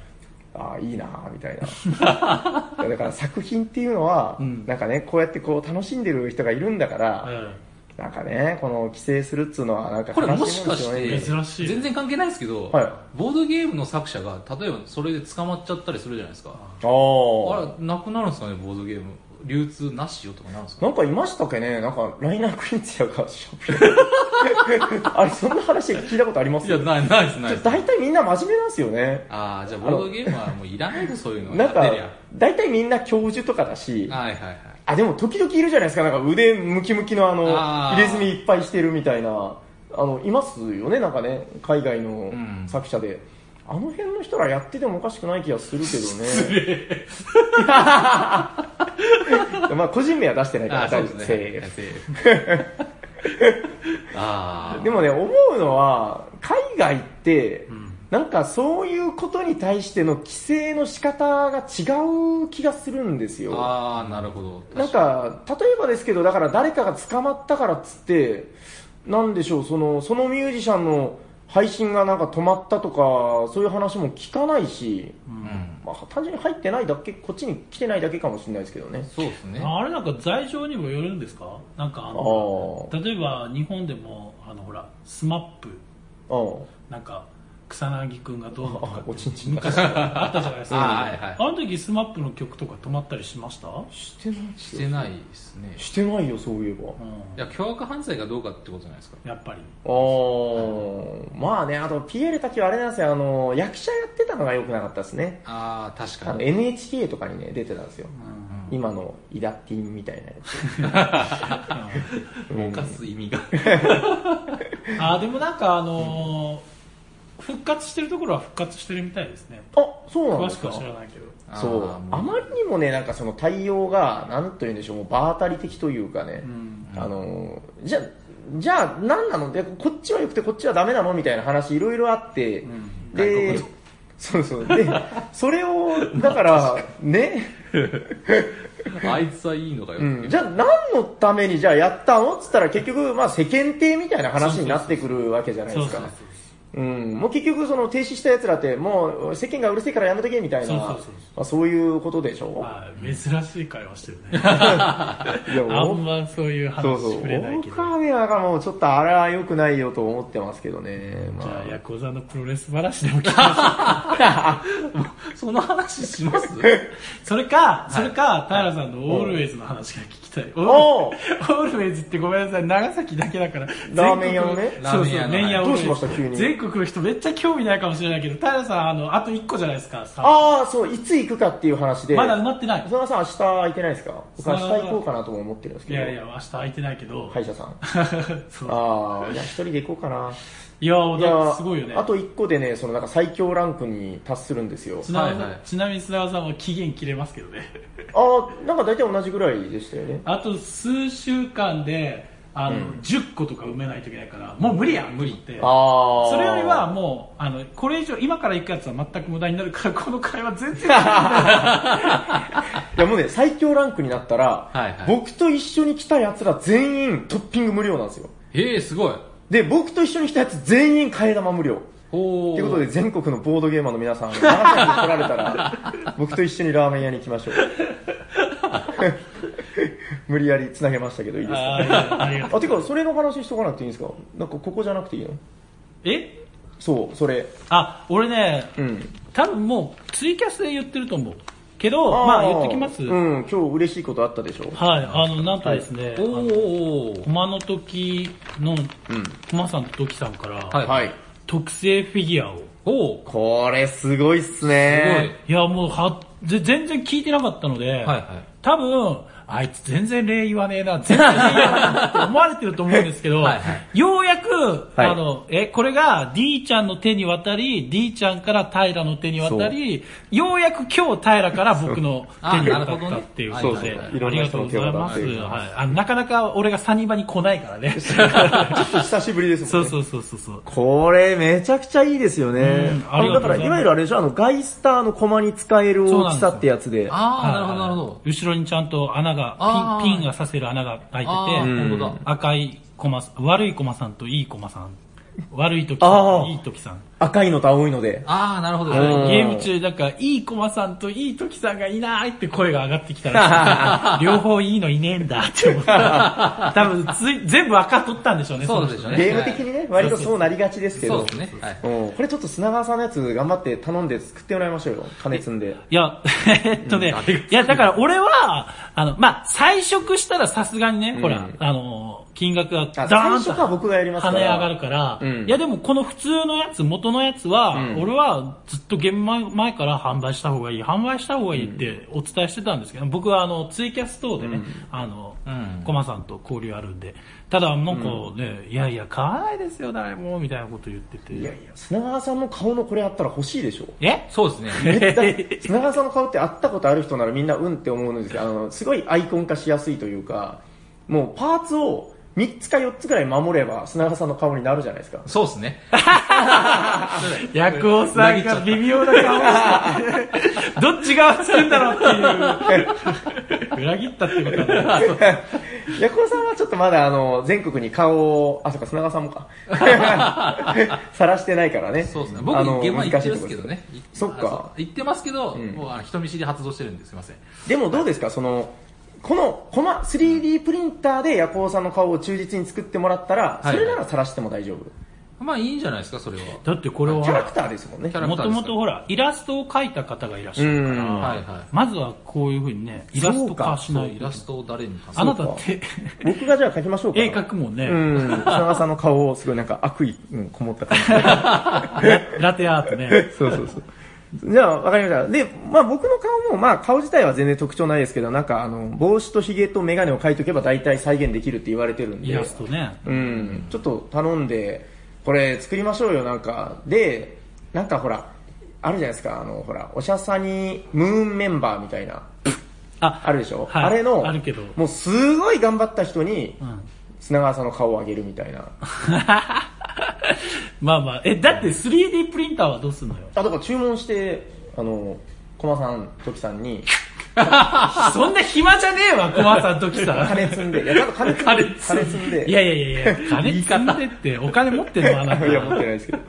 Speaker 2: ああ、いいなあみた
Speaker 3: [LAUGHS]
Speaker 2: いな。いやだから作品っていうのは、
Speaker 1: うん
Speaker 2: なんかね、こうやってこう楽しんでる人がいるんだから、
Speaker 1: うん
Speaker 2: なんかね、この規制するっつうのは、なんか
Speaker 3: これも
Speaker 2: 悲
Speaker 3: し
Speaker 2: も
Speaker 3: か
Speaker 2: んです
Speaker 3: し
Speaker 2: よね
Speaker 3: て
Speaker 1: 珍しい
Speaker 3: 全然関係ないですけど、
Speaker 2: はい
Speaker 3: ボードゲームの作者が例えばそれで捕まっちゃったりするじゃないですか
Speaker 2: あー
Speaker 3: あれなくなるんですかねボードゲーム流通なしよとかなるんですか
Speaker 2: なんかいましたっけねなんか、ライナー・クインツィアがシャープリ [LAUGHS] あれ、そんな話聞いたことあります
Speaker 3: いやないないですな
Speaker 2: ち
Speaker 3: いで
Speaker 2: ょ
Speaker 3: す
Speaker 2: 大体みんな真面目なんですよね。
Speaker 3: ああじゃあボードゲームはもういらないとそういうの
Speaker 2: なん
Speaker 3: や
Speaker 2: か
Speaker 3: ってるや、
Speaker 2: 大体みんな教授とかだし、
Speaker 3: はいはいはい
Speaker 2: あ、でも時々いるじゃないですか、なんか腕ムキムキのあの、
Speaker 3: あー
Speaker 2: 入れ墨いっぱいしてるみたいな、あの、いますよね、なんかね、海外の
Speaker 3: ん
Speaker 2: 作者で。あの辺の人らやっててもおかしくない気がするけど [LAUGHS] ね。まあ個人名は出してないか
Speaker 3: あ
Speaker 2: ら
Speaker 3: ー
Speaker 2: 大丈
Speaker 3: そうです
Speaker 2: 夫
Speaker 3: ね
Speaker 2: セーフ [LAUGHS]
Speaker 3: セーフあ
Speaker 2: でもね、思うのは、海外って、なんかそういうことに対しての規制の仕方が違う気がするんです
Speaker 3: あ
Speaker 2: よ。
Speaker 3: ああなるほど
Speaker 2: なんか、例えばですけど、だから誰かが捕まったからっつって、なんでしょう、その、そのミュージシャンの配信がなんか止まったとか、そういう話も聞かないし、
Speaker 3: うん
Speaker 2: まあ単純に入ってないだけ、こっちに来てないだけかもしれないですけどね。
Speaker 3: そうですね
Speaker 1: あれなんか罪状にもよるんですかなんかあ
Speaker 2: あ
Speaker 1: の
Speaker 2: あ
Speaker 1: 例えば日本でもあのほらスマップ
Speaker 2: うん。
Speaker 1: なんか草薙君がどうのとか
Speaker 2: あ
Speaker 1: っ、て
Speaker 2: おちんちんだ。
Speaker 1: 昔あったじゃないです
Speaker 2: [LAUGHS]
Speaker 1: か
Speaker 3: あはいはい
Speaker 1: あの時スマップの曲とか止まったりしました、うん、
Speaker 2: してない
Speaker 3: してないですね
Speaker 2: してないよ、そういえば。
Speaker 3: いや凶悪犯罪かどうかってことじゃないですか
Speaker 1: やっぱり
Speaker 2: おー、まあね、あと、ピエール滝はあれなんですよ、あの、役者やってたのが良くなかったですね。
Speaker 3: ああ確
Speaker 2: あ
Speaker 3: か
Speaker 2: の、
Speaker 3: に
Speaker 2: NHK とかにね、出てたんですよ。今の、イダティンみたいなやつ。うん
Speaker 3: 動かす意味が
Speaker 1: あーでもなんかあのー復活してるところは復活してるみたいですね
Speaker 2: あ、そうなん
Speaker 1: 詳
Speaker 2: で
Speaker 1: し
Speaker 2: す
Speaker 1: くは
Speaker 2: か
Speaker 1: 知らないけど
Speaker 2: そう
Speaker 3: あーもう
Speaker 2: あまりにもね、なんかその対応が、なんというんでしょう、もう場当たり的というかね、あの、じゃ、じゃあ何なので、こっちは良くてこっちはダメなのみたいな話いろいろあって、で
Speaker 3: 外国、
Speaker 2: そうそう。で、それを、だ
Speaker 3: [LAUGHS]
Speaker 2: から、ね、
Speaker 3: あいつはいいのかよ、
Speaker 2: うん、じゃあ何のためにじゃあやったのっつったら結局、まあ世間体みたいな話になってくるわけじゃない
Speaker 1: そ
Speaker 2: で
Speaker 1: う
Speaker 2: す
Speaker 1: そうそう
Speaker 2: か。うん、もう結局その停止した奴らってもう世間がうるせえからやめとけみたいな、
Speaker 1: そうそう
Speaker 2: ま
Speaker 1: そうそう
Speaker 2: あそういうことでしょ
Speaker 1: あー珍しい会話してるね
Speaker 2: いや、
Speaker 1: [LAUGHS] あ
Speaker 2: お
Speaker 1: んまそういう話
Speaker 2: そうそう。
Speaker 1: 触れないけど
Speaker 2: 大川部屋がもうちょっとあれは良くないよと思ってますけどね。
Speaker 1: じゃ
Speaker 2: ま
Speaker 1: あ
Speaker 2: あ、
Speaker 1: ヤコザのプロレス話でも聞きま
Speaker 3: その話します
Speaker 1: すそれかそれか平さんのオールウェイズの話が聞きたい
Speaker 2: お
Speaker 1: [LAUGHS] オールウェイズってごめんなさい長崎だけだから
Speaker 2: ラーメン屋のね
Speaker 1: 全国そう
Speaker 3: ラー
Speaker 1: そ
Speaker 3: メン屋
Speaker 1: う
Speaker 3: の
Speaker 1: 麺屋
Speaker 2: どうしました急に
Speaker 1: 全国の人めっちゃ興味ないかもしれないけど平さんあのあと1個じゃないですかさ
Speaker 2: ああ、そう、いつ行くかっていう話で。
Speaker 1: まだ埋まってない
Speaker 2: 小沢さん明日空いてないですか僕明日
Speaker 1: そう
Speaker 2: 行こうかなとも思ってるんです
Speaker 1: い
Speaker 2: けど。
Speaker 1: やいや明日空いてないけど、
Speaker 2: 歯医者さん。
Speaker 1: [LAUGHS] そう
Speaker 2: ああ、いや、一人で行こうかな。
Speaker 1: いやー、
Speaker 2: いや
Speaker 1: だ
Speaker 2: ー
Speaker 1: すごいよね。
Speaker 2: あと1個でね、そのなんか最強ランクに達するんですよ。
Speaker 1: ちな,、
Speaker 3: はいはい
Speaker 1: ちなみに須田さんは期限切れますけどね。 [LAUGHS]
Speaker 2: ああ、なんか大体同じぐらいでしたよね。
Speaker 1: あと数週間で、あの、10個とか埋めないといけないから、もう無理やん、無理って。
Speaker 2: ああ。
Speaker 1: それよりは、もう、あの、これ以上、今から行くやつは全く無駄になるから、この会話全然。
Speaker 2: [LAUGHS] いやもうね、最強ランクになったら、
Speaker 3: はいはい
Speaker 2: 僕と一緒に来た奴ら全員トッピング無料なんですよ。
Speaker 3: ええすごい。
Speaker 2: で、僕と一緒に来た奴全員替え玉無料。
Speaker 3: お
Speaker 2: と
Speaker 3: お。
Speaker 2: いうことで、全国のボードゲーマーの皆さん、長崎に来られ
Speaker 1: [LAUGHS]
Speaker 2: たら、僕と一緒にラーメン屋に行きましょう。無理やり繋げましたけど、いいですか
Speaker 1: あー [LAUGHS] ありがと
Speaker 2: あ、てか、それの話しとかなくていいんですかなんか、ここじゃなくていいの
Speaker 1: う。え
Speaker 2: そう、それ。
Speaker 1: あ、俺ね、
Speaker 2: うん。
Speaker 1: 多分もう、ツイキャスで言ってると思う。けど、
Speaker 2: ー
Speaker 1: まあ言っときます。
Speaker 2: うん、今日嬉しいことあったでしょ
Speaker 1: はい、あの、なんとですね、
Speaker 3: おーおーおー。
Speaker 1: 駒の時の、駒さんと時さんから、
Speaker 3: はい
Speaker 2: はい。
Speaker 1: 特製フィギュアを。
Speaker 3: おお。
Speaker 2: これ、すごいっすね。
Speaker 1: いや、もうは、ぜ全然聞いてなかったので、
Speaker 3: はいはい
Speaker 1: 多分、あいつ全然礼言わねえな、全然礼言わねえなって思われてると思うんですけど、
Speaker 3: はいはい
Speaker 1: ようやく、
Speaker 2: はい
Speaker 1: あの、え、これが D ちゃんの手に渡り、D ちゃんから平の手に渡り、ようやく今日平から僕の手に渡ったっていうことで、
Speaker 3: あな
Speaker 2: ほ
Speaker 3: る
Speaker 2: どね
Speaker 1: ありがとうございます。
Speaker 2: そうそういろんな人の手を渡
Speaker 1: はい、あのなかなか俺がサニバに来ないからね。
Speaker 2: ちょっと久しぶりです
Speaker 1: そ
Speaker 2: もん
Speaker 1: う
Speaker 2: ね。
Speaker 1: そうそうそうそう。
Speaker 2: これ、めちゃくちゃいいですよね
Speaker 1: うん。あ
Speaker 2: あ
Speaker 1: り
Speaker 2: の
Speaker 1: がとうご
Speaker 2: だか
Speaker 1: ざ
Speaker 2: ら、
Speaker 1: います
Speaker 2: いわゆるあれでしょ、あの、ガイスターのコマに使える大きさってやつで。
Speaker 3: ああ、なるほどなるほ
Speaker 1: は
Speaker 3: ど
Speaker 1: い。後ろにちゃんと穴が
Speaker 3: あー
Speaker 1: ピン、ピンが刺せる穴が開いて
Speaker 3: ああ、
Speaker 1: て、
Speaker 3: 本当だ。
Speaker 1: 赤い駒さん、悪い駒さんといい駒さん。悪い時さんと
Speaker 2: あー
Speaker 1: いい時さん。
Speaker 2: 赤いのと青いので。
Speaker 3: ああ、なるほど。
Speaker 2: うん
Speaker 1: ゲーム中、なんか、いい駒さんといい時さんがいないって声が上がってきた
Speaker 2: [LAUGHS]
Speaker 1: らしい、両方いいのいねえんだって思った。多分つい、全部赤取ったんでしょうね、
Speaker 3: そう
Speaker 1: の
Speaker 3: で
Speaker 1: 人
Speaker 3: しょうね。
Speaker 2: ゲーム的にね、割とそうなりがちですけ
Speaker 3: そ
Speaker 2: ど。
Speaker 3: うですね。はい。
Speaker 2: うん、これちょっと砂川さんのやつ頑張って頼んで作ってもらいましょうよ。金積んで。
Speaker 1: いや、 [LAUGHS] えっとね、いや、だから俺は、あの、まあ、彩色したらさすがにね、ほら、あの、金額がダ
Speaker 2: あ
Speaker 1: ーン
Speaker 2: 最
Speaker 1: と
Speaker 2: 初は僕がやりますか
Speaker 1: 跳
Speaker 2: ら
Speaker 1: ね上がるから、
Speaker 2: うん
Speaker 1: いやでもこの普通のやつ、元のやつは、
Speaker 2: うん
Speaker 1: 俺はずっと現場前から販売した方がいい、販売した方がいいってお伝えしてたんですけど、僕はあの、ツイキャス等でね、あの、
Speaker 3: ん
Speaker 1: コマさんと交流あるんで、ただなんかね、いやいや、買わないですよ、誰も、みたいなこと言ってて。
Speaker 2: いやいや、砂川さんの顔のこれあったら欲しいでしょ。
Speaker 1: え
Speaker 3: そうですね。
Speaker 2: だって砂川さんの顔って会ったことある人ならみんなうんって思うんですけど、あの、すごいアイコン化しやすいというか、もうパーツを3つか4つぐらい守れば砂川さんの顔になるじゃないですか。
Speaker 3: そうですね。
Speaker 1: ヤクオさんが微妙な顔してどっちがつくんだろうっていう。裏切ったってことだね。
Speaker 2: ヤコロさんはちょっとまだあの、全国に顔を、あ、そうか、砂川さんもか。 [LAUGHS] さらしてないからね。
Speaker 3: そうですね。僕、
Speaker 2: あの
Speaker 3: 現場行っ
Speaker 2: 難しい
Speaker 3: てるんで
Speaker 2: とこ
Speaker 3: すけどね。い
Speaker 2: そっか。
Speaker 3: あそう行ってますけど、
Speaker 2: ん
Speaker 3: もうあの人見知り発動してるんです。すいません。
Speaker 2: でもどうですか、その、このコマ、3D プリンターでヤコウさんの顔を忠実に作ってもらったら、
Speaker 3: はい
Speaker 2: それなら晒しても大丈夫。
Speaker 3: まあいいんじゃないですか、それは。
Speaker 1: だってこれは。
Speaker 2: キャラクターですもんね
Speaker 3: キャ。ラ
Speaker 1: も
Speaker 3: クタ
Speaker 1: と
Speaker 3: ーです
Speaker 1: もとほら、イラストを描いた方がいらっしゃ
Speaker 2: う
Speaker 1: る。
Speaker 2: ん。
Speaker 3: はいは
Speaker 1: まずはこういうふうにね、イラスト化
Speaker 3: い。
Speaker 1: し
Speaker 3: そ
Speaker 1: な
Speaker 3: う、
Speaker 1: い
Speaker 3: イラストを誰に
Speaker 1: あなたって、
Speaker 2: 僕がじゃあ描きましょうか。
Speaker 1: 絵描くもんね、
Speaker 2: うん。砂川さんの顔をすごいなんか悪意、うん、こもった感じ。
Speaker 1: ラテアートね。
Speaker 2: そうそうそう。じゃあ、わかりました。で、まあ僕の顔も、まあ顔自体は全然特徴ないですけど、なんかあの、帽子と髭とメガネを描いとけば大体再現できるって言われてるんで。
Speaker 1: イラストね。
Speaker 2: うん、ちょっと頼んで、これ作りましょうよ、なんか。で、なんかほら、あるじゃないですか、あの、ほら、おしゃさにムーンメンバーみたいな、
Speaker 1: あ、
Speaker 2: あるでしょ、
Speaker 1: はい
Speaker 2: あれの、
Speaker 1: あるけど。
Speaker 2: もうすごい頑張った人に、
Speaker 1: うん
Speaker 2: 砂川さんの顔をあげるみたいな。あ、
Speaker 1: まあまあ、え、だって 3D プリンターはどうすんのよ。
Speaker 2: だから注文して、あの、駒さん、時さんに、
Speaker 1: そんな暇じゃねえわ、コマさんときさん。
Speaker 2: 金積んで、いや、ちゃんと金積んで、金積んで。
Speaker 1: いやいやいやいや、金積んでって、お金持ってんのあなた。
Speaker 2: いや、持ってないですけど。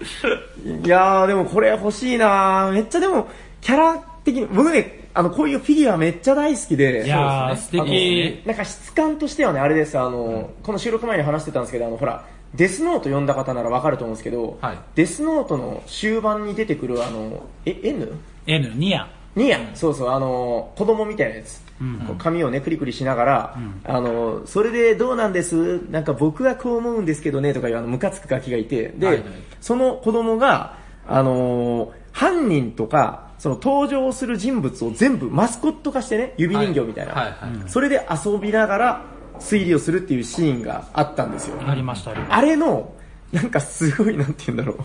Speaker 2: いやー、でもこれ欲しいなー。めっちゃでも、キャラ的に、僕ね、あの、こういうフィギュアめっちゃ大好きで。
Speaker 1: いやー、素
Speaker 3: そ
Speaker 2: あの
Speaker 1: 敵。
Speaker 2: なんか質感としてはね、あれです、あの、この収録前に話してたんですけど、あの、ほら、デスノート読んだ方ならわかると思うんですけど、
Speaker 3: はい
Speaker 2: デスノートの終盤に出てくる、あの、え、N?
Speaker 1: N、ニア。
Speaker 2: ニア、そうそう、あの、子供みたいなやつ。こう髪をね、くりくりしながら、あの、それでどうなんですなんか僕はこう思うんですけどね、とかいうあの、ムカつくガキがいて、で、
Speaker 3: はいはい
Speaker 2: その子供が、あのー犯人とか、その登場する人物を全部マスコット化してね、指人形みたいな。
Speaker 3: はいはいはい
Speaker 2: それで遊びながら推理をするっていうシーンがあったんですよ。
Speaker 1: ありました、ありまし
Speaker 2: あれの、なんかすごい、なんて言うんだろ [LAUGHS] う。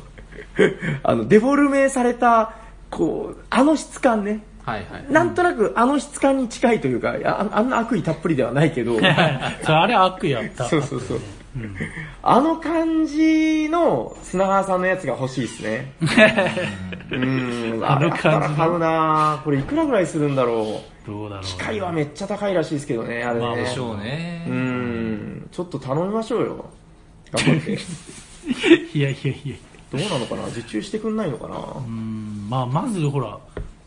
Speaker 2: あの、デフォルメされた、こう、あの質感ね。
Speaker 3: はいはい。
Speaker 2: なんとなくあの質感に近いというか、いやああんな悪意たっぷりではないけど、
Speaker 1: それあれ悪意やった。
Speaker 2: そうそうそう。あの感じの砂川さんのやつが欲しいですね。うん、あ
Speaker 1: あの感
Speaker 2: れ
Speaker 1: じ
Speaker 2: から買うなぁこれいくらぐらいするんだろう。
Speaker 1: どうだろう。
Speaker 2: 機械はめっちゃ高いらしいですけどね、あれね。
Speaker 3: でし
Speaker 2: う
Speaker 3: ょうね。
Speaker 2: ん、ちょっと頼みましょうよ。頑張 [LAUGHS] って。
Speaker 1: いやいやいや。
Speaker 2: どうなのかな受注してくんないのかな
Speaker 1: うんまあ、まずほら、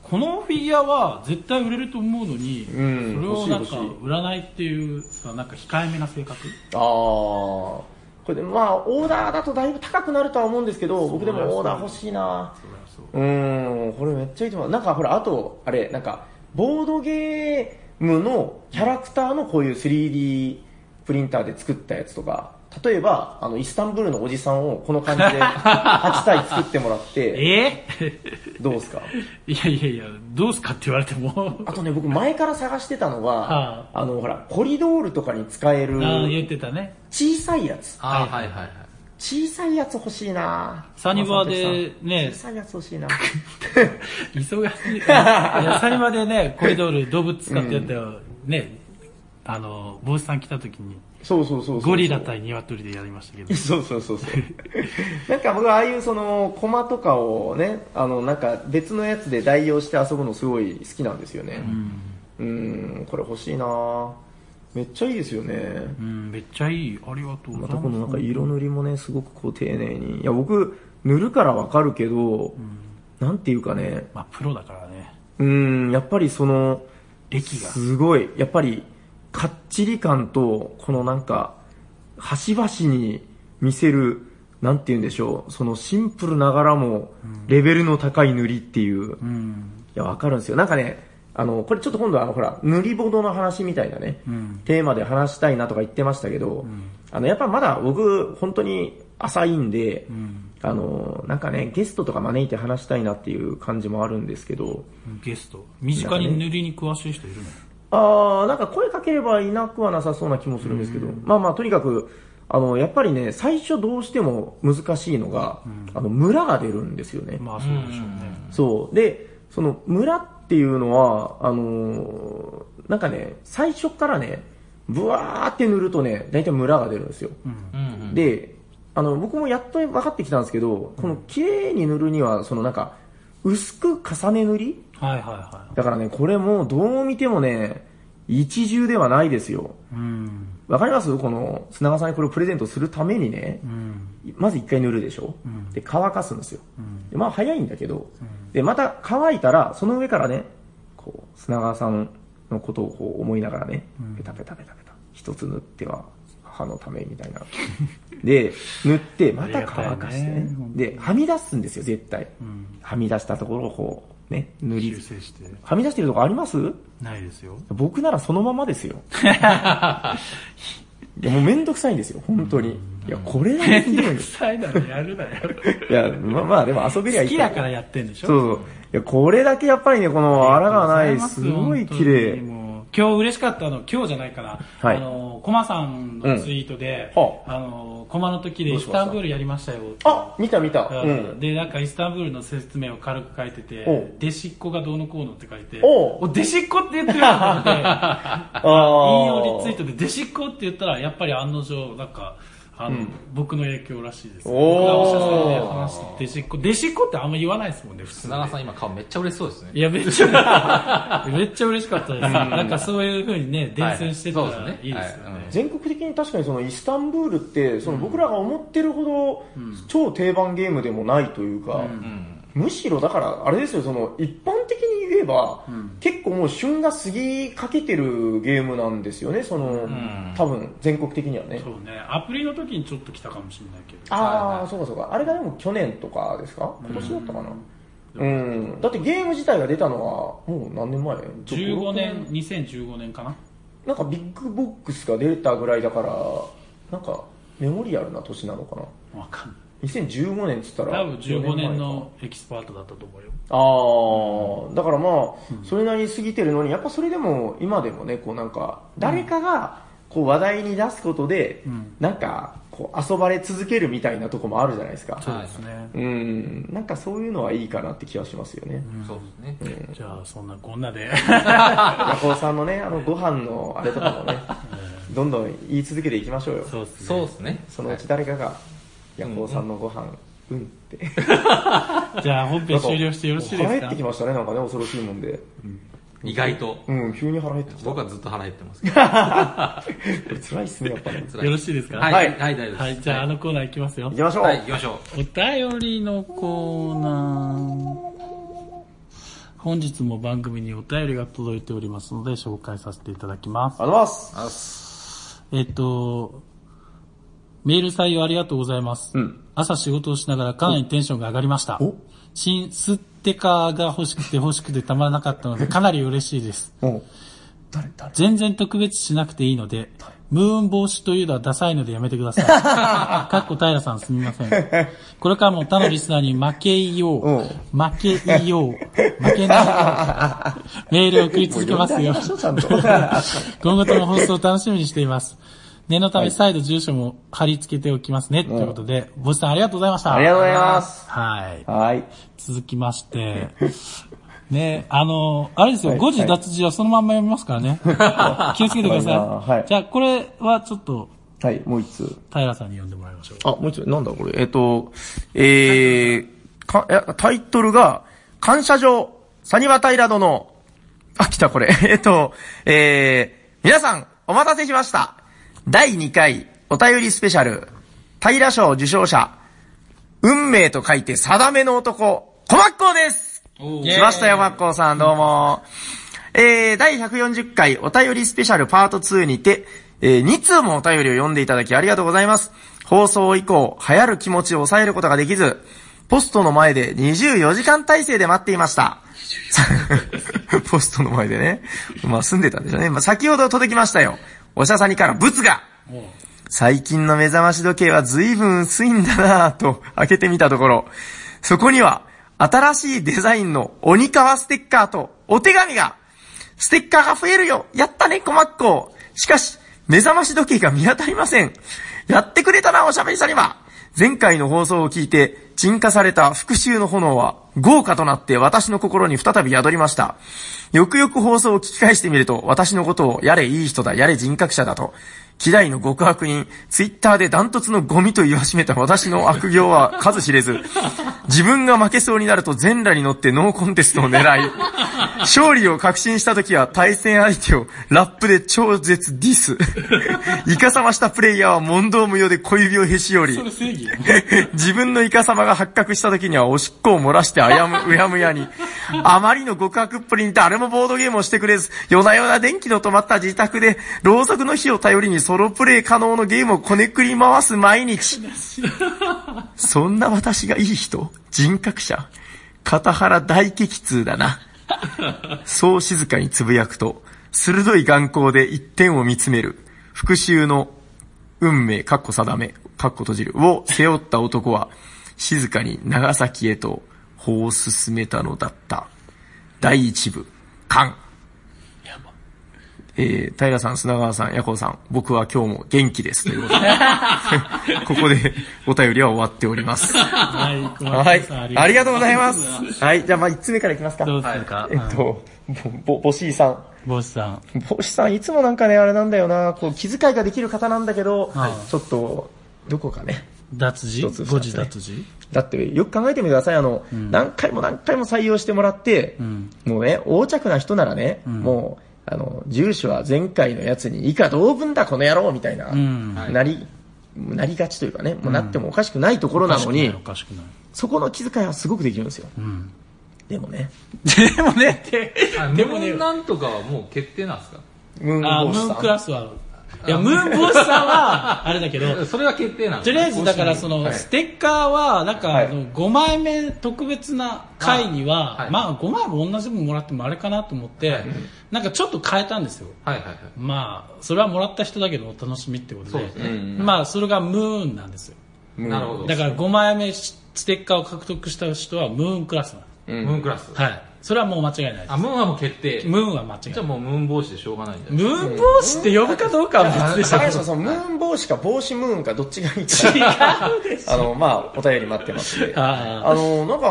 Speaker 1: このフィギュアは絶対売れると思うのに、
Speaker 2: うん
Speaker 1: それをなんか
Speaker 2: 欲しい欲し
Speaker 1: 売らないっていうさ、なんか控えめな性格
Speaker 2: ああ。これでまあ、オーダーだとだいぶ高くなるとは思うんですけど、僕でもオーダー欲しいなぁうーん、これめっちゃいいと思う。なんかほら、あと、あれ、なんか、ボードゲームのキャラクターのこういう 3D プリンターで作ったやつとか、例えば、あの、イスタンブールのおじさんをこの感じで [LAUGHS] 8体作ってもらって、
Speaker 1: え [LAUGHS]
Speaker 2: どうですか
Speaker 1: えいやいやいや、どうすかって言われても。
Speaker 2: あとね、僕前から探してたの
Speaker 1: は
Speaker 2: は、あの、ほら、コリドールとかに使える
Speaker 1: ああ、言ってたね。
Speaker 2: 小さいやつ。
Speaker 3: ああ、はいはいはい。
Speaker 2: 小さいやつ欲しいな
Speaker 1: サニバでね
Speaker 2: 小さいやつ欲しいな
Speaker 1: 忙し
Speaker 2: [LAUGHS]
Speaker 1: い。いや、サニバでね、コリドール動物使ってやったよ。ね、あの、帽子さん来た時に、
Speaker 2: そうそうそうそう。
Speaker 1: ゴリラ対ニワトリでやりましたけど。
Speaker 2: そうそうそうそう。 [LAUGHS] なんか僕はああいうその、コマとかをね、あの、なんか別のやつで代用して遊ぶのすごい好きなんですよね。うん、んこれ欲しいなめっちゃいいですよね。
Speaker 1: うん、めっちゃいい。ありがとうご
Speaker 2: ま
Speaker 1: ざ
Speaker 2: た
Speaker 1: い
Speaker 2: このなん
Speaker 1: ま
Speaker 2: か色塗りもね、すごくこう丁寧に。いや、僕、塗るからわかるけど、なんていうかね、
Speaker 1: す。まあ、プロだからね。
Speaker 2: うん、やっぱりその、
Speaker 1: 歴が。
Speaker 2: すごい。やっぱり、かっちり感と、このなんか、端々に見せる、なんて言うんでしょう、そのシンプルながらも、レベルの高い塗りっていう。
Speaker 1: う
Speaker 2: い
Speaker 1: ん。
Speaker 2: や、わかるんですよ。なんかね、あの、これちょっと今度あの、ほら、塗りボードの話みたいなね、
Speaker 1: ん
Speaker 2: テーマで話したいなとか言ってましたけど、あの、やっぱまだ僕、本当に浅いんで、
Speaker 1: うん。
Speaker 2: あの、なんかね、ゲストとか招いて話したいなっていう感じもあるんですけど、
Speaker 1: ゲスト。身近に塗りに詳しい人いるの
Speaker 2: あーなんか声かければいなくはなさそうな気もするんですけど、まあまあとにかく、あの、やっぱりね、最初どうしても難しいのが、あの、村が出るんですよね。
Speaker 1: まあ、そうでしょうね。
Speaker 2: そう。で、その村っていうのは、あのーなんかね、最初からね、ブワーって塗るとね、大体村が出るんですよ。
Speaker 3: うんうん。
Speaker 2: で、あの、僕もやっと分かってきたんですけど、この綺麗に塗るには、そのなんか、薄く重ね塗り
Speaker 1: はいはいは
Speaker 2: だからね、これもどう見てもね、一重ではないですよ。
Speaker 1: い。うん。
Speaker 2: わかりますこの、砂川さんにこれをプレゼントするためにね、
Speaker 1: うん。
Speaker 2: まず一回塗るでしょ、で、乾かすんですよ。でまあ早いんだけど、で、また乾いたら、その上からね、こう、砂川さんのことをこう思いながらね、ペタペタペタペタ、一つ塗っては、母のためみたいな。 [LAUGHS] で、塗って、また乾かして
Speaker 1: ありがたい
Speaker 2: ね
Speaker 1: ね本。当
Speaker 2: で、はみ出すんですよ、絶対。
Speaker 1: ん
Speaker 2: はみ出したところをこう、ね、
Speaker 1: 修
Speaker 2: 塗り、
Speaker 1: 正して。
Speaker 2: はみ出してるとこあります
Speaker 1: ないですよ。
Speaker 2: 僕ならそのままですよ。いや、もうめんどくさいんですよ、本当に。いや、これだけひどいんです。
Speaker 1: 臭いならやるなよ。
Speaker 2: いや、まあまあ、でも遊びりゃい
Speaker 1: 好
Speaker 2: い。
Speaker 1: きだからやってんでしょ
Speaker 2: そうそう。いや、これだけやっぱりね、この、あらがない、すごい綺
Speaker 1: 本当に
Speaker 2: 麗。
Speaker 1: もう今日嬉しかったの、今日じゃないかな。
Speaker 2: はい
Speaker 1: あの、コマさんのツイートで、
Speaker 2: うんは
Speaker 1: あの、コマの時で
Speaker 2: ど
Speaker 1: イ
Speaker 2: うし
Speaker 1: ス
Speaker 2: ました
Speaker 1: タンブールやりましたよ。
Speaker 2: あ、見た見た。う
Speaker 1: うん
Speaker 2: ん。
Speaker 1: で、なんかイスタンブールの説明を軽く書いてて
Speaker 2: おう、
Speaker 1: 弟子っ子がどうのこうのって書いて、
Speaker 2: おう
Speaker 1: 弟子っ子って言ってると思って、
Speaker 2: あ
Speaker 1: 引用リツイー
Speaker 2: ー。
Speaker 1: トで弟子っ子って言ったら、やっぱり案の定、なんか、あの、僕の影響らしいです。
Speaker 2: おー
Speaker 1: 僕がお医者さんで話して、弟子っ子、弟子っ子ってあんま言わないですもんね、普通
Speaker 3: 砂川さん今顔めっちゃ嬉しそうですね
Speaker 1: い。や、めっちゃ、 [LAUGHS] めっちゃ嬉しかったです。なんかそういう風にね、伝染してた
Speaker 3: はいそう
Speaker 1: ら
Speaker 3: で
Speaker 1: い
Speaker 3: すね
Speaker 1: いですよ
Speaker 3: はいうん
Speaker 1: ね。
Speaker 2: 全国的に確かにそのイスタンブールって、その僕らが思ってるほど、超定番ゲームでもないというか、
Speaker 3: うん。
Speaker 2: むしろだから、あれですよ、その、一般的に言えば、結構もう旬が過ぎかけてるゲームなんですよね、その、
Speaker 3: ん
Speaker 2: 多分、全国的にはね。
Speaker 1: そうね、アプリの時にちょっと来たかもしれないけど。
Speaker 2: あ
Speaker 3: はいは
Speaker 2: あ、
Speaker 3: い
Speaker 2: そうかそうか。あれがでも去年とかですか今年だったかな。うん。だってゲーム自体が出たのは、もう何年前
Speaker 1: 15年、。2015年かな
Speaker 2: なんかビッグボックスが出たぐらいだから、なんか、メモリアルな年なのかな。
Speaker 1: わかんない。
Speaker 2: 2015年っつったら。
Speaker 1: 多分15
Speaker 2: 四
Speaker 1: 年
Speaker 2: 前か
Speaker 1: のエキスパートだったと思うよ。
Speaker 2: ああ、だからまあ、それなりに過ぎてるのに、やっぱそれでも、今でもね、こうなんか、誰かが、こう話題に出すことで、なんか、こう遊ばれ続けるみたいなとこもあるじゃないですか。
Speaker 3: そう
Speaker 1: ですね。
Speaker 2: うん、なんかそういうのはいいかなって気はしますよね。
Speaker 3: そうですね。
Speaker 1: じゃあ、そんなこんなで。
Speaker 2: ヤコウさんのね、あの、ご飯のあれとか
Speaker 1: [LAUGHS]
Speaker 2: もね、どんどん言い続けていきましょうよ。
Speaker 1: そうです
Speaker 3: そうですね。
Speaker 2: そのうち誰かが、ヤコウさんのご飯、うんって。
Speaker 1: じゃあ、本編終了してよろしいで
Speaker 2: なん
Speaker 1: す
Speaker 2: か腹減っ
Speaker 1: か
Speaker 2: てきましたね、なんかね、恐ろしいもんで。
Speaker 3: 意外と。
Speaker 2: うん、急に腹減ってきた。 [LAUGHS]
Speaker 3: 僕はずっと腹減ってますけど。
Speaker 2: 辛いっすね、やっぱね。
Speaker 3: 辛
Speaker 1: よろしいですか
Speaker 3: はい、
Speaker 2: は
Speaker 3: はいい、大丈夫です。
Speaker 1: はい、じゃあ、あのコーナー行きますよ
Speaker 2: 行。きましょう、
Speaker 3: はい、行きましょ
Speaker 1: お便りのコーナー。本日も番組にお便りが届いておりますので、紹介させていただきます。
Speaker 2: ありがとうございます。
Speaker 1: えっと、メール採用ありがとうございます。
Speaker 2: ん
Speaker 1: 朝仕事をしながらかなりテンションが上がりました。新ステッカーが欲しくて欲しくてたまらなかったので、かなり嬉しいです。
Speaker 2: うん。誰、誰
Speaker 1: 全然特別しなくていいので、ムーン防止というのはダサいのでやめてくださ
Speaker 2: [LAUGHS]
Speaker 1: い。かっこ平さんすみません。これからも他のリスナーに負けよう、負けよう、負けないよう、メールを送り続けますよ
Speaker 2: もう。呼んであげましょうちゃんと
Speaker 1: [LAUGHS] 今後とも放送を楽しみにしています。念のため再度住所も貼り付けておきますね。ということで、ボスさんありがとうございました。
Speaker 2: ありがとうございます。
Speaker 1: はい。
Speaker 2: [LAUGHS] はい。
Speaker 1: 続きま
Speaker 2: [LAUGHS]
Speaker 1: して、ね、あの、あれですよ、
Speaker 2: はい
Speaker 1: 誤字脱字はそのまんま読みますから
Speaker 2: [LAUGHS]
Speaker 1: ね。気をつけてくだ
Speaker 2: やばいな
Speaker 1: さ
Speaker 2: はい
Speaker 1: い。じゃあ、これはちょっと、
Speaker 2: はい、もう一通。
Speaker 1: 平さんに読んでもらいましょう。
Speaker 2: あ、もう一度、なんだこれ。えっ、と、えー、か、えタイトルが、感謝状、サニワタイラ殿。あ、来たこれ。 [LAUGHS] えっと、えー、皆さん、お待たせしました。第2回、お便りスペシャル、平賞受賞者、運命と書いて定めの男、小松光です
Speaker 3: おー
Speaker 2: 来ましたよ、マッコーさん、どうも。えー、第140回お便りスペシャルパート2にて、えー、2通もお便りを読んでいただきありがとうございます。放送以降、流行る気持ちを抑えることができず、ポストの前で24時間体制で待っていました。 [LAUGHS] ポストの前でね。まあ、住んでたんでしょうね。まあ、先ほど届きましたよ。おしゃさにからブツが最近の目覚まし時計は随分薄いんだなぁと [LAUGHS] 開けてみたところ、そこには新しいデザインの鬼川ステッカーとお手紙がステッカーが増えるよやったね、コマッコしかし、目覚まし時計が見当たりません。やってくれたな、おしゃべりさんには前回の放送を聞いて、沈下された復讐の炎は豪華となって私の心に再び宿りました。よくよく放送を聞き返してみると、私のことをやれいい人だ、やれ人格者だと、希代の極悪人、ツイッターでダントツのゴミと言わしめた私の悪行は数知れず、自分が負けそうになると全裸に乗ってノーコンテストを狙い、勝利を確信した時は対戦相手をラップで超絶ディス。イカサマしたプレイヤーは問答無用で小指をへし折り
Speaker 1: それ、正義
Speaker 2: [LAUGHS] 自分のイカ様が発覚した時にはおしっこを漏らしてあやむ、うやむやに。あまりの極悪っぷりに誰もボードゲームをしてくれず、夜な夜な電気の止まった自宅で、ろうそくの火を頼りにソロプレイ可能のゲームをこねくり回す毎日。そんな私がいい人人格者片腹大激痛だな。そう静かにつぶやくと、鋭い眼光で一点を見つめる、復讐の運命、かっこ定め、かっこ閉じるを背負った男は、静かに長崎へと歩を進めたのだった。第一部、勘。えー、平さん、砂川さん、ヤコウさん、僕は今日も元気です。ということで [LAUGHS] ここでお便りは終わっております。
Speaker 1: はい、小
Speaker 2: はい
Speaker 1: 松さん、あり。
Speaker 2: あり
Speaker 1: が
Speaker 2: がとうございます。はい、じゃあまあ1つ目からいきますか。
Speaker 1: とうございます。どう
Speaker 2: え
Speaker 1: ですか
Speaker 2: っと、ぼ、ぼ、ぼしーさん。
Speaker 1: うん帽子さん。
Speaker 2: 帽子さん、いつもなんかね、あれなんだよな、こう、気遣いができる方なんだけど、
Speaker 1: はい
Speaker 2: ちょっと、どこかね。
Speaker 1: 脱字
Speaker 2: 一つ二つね
Speaker 1: 誤字脱字
Speaker 2: だって、よく考えてみてください。あの、何回も何回も採用してもらって、
Speaker 1: ん
Speaker 2: もうね、横着な人ならね、もう、あの、住所は前回のやつに以下同文だ、この野郎みたいな、
Speaker 1: うん。
Speaker 3: はい
Speaker 2: なり、なりがちというかね、もうなってもおかしくないところなのに、
Speaker 1: おかしくない。
Speaker 2: そこの気遣いはすごくできるんですよ。
Speaker 1: おかしくないうん。
Speaker 2: でもね、
Speaker 1: でもね、って
Speaker 3: あムーンなんとかはもう決定なんですか
Speaker 2: ムーン
Speaker 1: あ、ム
Speaker 2: 帽子
Speaker 1: ーンク
Speaker 2: さん。
Speaker 1: ラスはある。いや、ムーン帽子さんは、あれだけど、
Speaker 3: それは決定なんです
Speaker 1: とりあえずだからその
Speaker 2: い
Speaker 1: ステッカーはなんか
Speaker 2: はい
Speaker 1: あの5枚目特別な回には、
Speaker 3: はい
Speaker 1: まあ5枚も同じもんもらってもあれかなと思って、なんかちょっと変えたんですよ
Speaker 3: はいはいはい。
Speaker 1: まあそれはもらった人だけどお楽しみってことで
Speaker 3: そうですね。
Speaker 1: まあそれがムーンなんですよ
Speaker 3: なるほど。
Speaker 1: だから5枚目ステッカーを獲得した人はムーンクラスなんです
Speaker 3: ムーンクラス。
Speaker 1: はいそれはもう間違いないで
Speaker 3: あ、ムーンはもう決定
Speaker 1: す。。ムーンは間違い
Speaker 3: じ
Speaker 1: な
Speaker 3: ゃあ
Speaker 1: い。
Speaker 3: もうムーン帽子でしょうがないんだよ。
Speaker 1: ムーン帽子って呼ぶかどうかは別で
Speaker 2: [LAUGHS]
Speaker 1: しょ
Speaker 2: 高橋さん、ムーン帽子か帽子ムーンかどっちがいいか。あの、まあ、お便り待ってますんで。
Speaker 1: あ
Speaker 2: あの、なんか、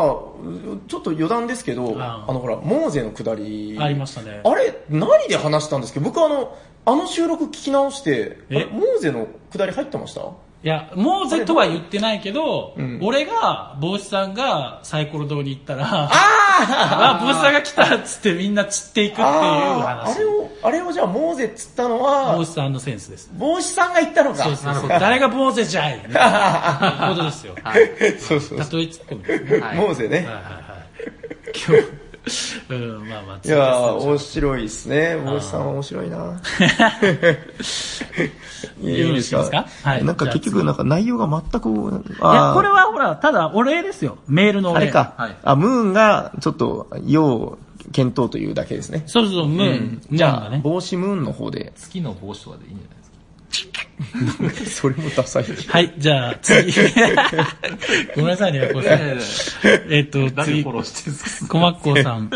Speaker 2: ちょっと余談ですけど、
Speaker 1: あ
Speaker 2: あの、ほら、モーゼのくだり。
Speaker 1: ありましたね
Speaker 2: あれ、何で話したんですけど、僕あの、あの収録聞き直して、あ
Speaker 1: え
Speaker 2: れモーゼのくだり入ってました
Speaker 1: いや、モーゼとは言ってないけど、
Speaker 2: ん
Speaker 1: 俺が、帽子さんがサイコロ堂に行ったら、
Speaker 2: あ
Speaker 1: [LAUGHS] あ帽子さんが来たっつってみんな散っていくっていう
Speaker 2: ああ
Speaker 1: 話
Speaker 2: れ。を、あれをじゃあ、モーゼっつったの
Speaker 1: 帽
Speaker 2: は
Speaker 1: 子、さんのセンスです。
Speaker 2: 帽子さんが言ったのか。
Speaker 1: そうそう
Speaker 3: なる
Speaker 1: そ
Speaker 3: ほ
Speaker 1: う。
Speaker 3: ど
Speaker 1: 誰が坊主じゃいみたいなことですよ。
Speaker 3: はい。
Speaker 2: [LAUGHS] そうそう
Speaker 1: たとえツッコミですね。
Speaker 3: はい
Speaker 2: モーゼね。
Speaker 1: はいはいはい。今日、うん、まあまあ、
Speaker 2: いやー、面白いですね。帽子さんは面
Speaker 1: [LAUGHS]
Speaker 2: 白いないやいいです
Speaker 1: よろしいですか
Speaker 2: か
Speaker 1: はい
Speaker 2: なんか
Speaker 1: じゃあ
Speaker 2: 結局、なんか内容が全く、
Speaker 1: い
Speaker 2: あ
Speaker 1: や、
Speaker 2: ー
Speaker 1: これはほら、ただお礼ですよ。メールのお
Speaker 2: あ
Speaker 1: 礼。
Speaker 2: れか、
Speaker 3: はい。
Speaker 2: あ、ムーンが、ちょっと、要検討というだけですね。
Speaker 1: そうそうそう、ムーン。
Speaker 2: じ
Speaker 1: ムーン
Speaker 2: ゃ
Speaker 1: が
Speaker 2: あ、
Speaker 1: ね。
Speaker 2: 帽子ムーンの方で [LAUGHS]
Speaker 3: 月の帽子とかでいいんじゃないですか。
Speaker 2: それもダサい。
Speaker 1: はい、じゃあ、
Speaker 2: [LAUGHS]
Speaker 1: 次。ごめんなさいね、ヤコウさん。えっと、
Speaker 3: [LAUGHS] 誰
Speaker 1: 次
Speaker 3: フォ、ローしてる
Speaker 1: [LAUGHS]
Speaker 3: んですか
Speaker 1: コマッコウさ
Speaker 3: [LAUGHS]
Speaker 1: ん。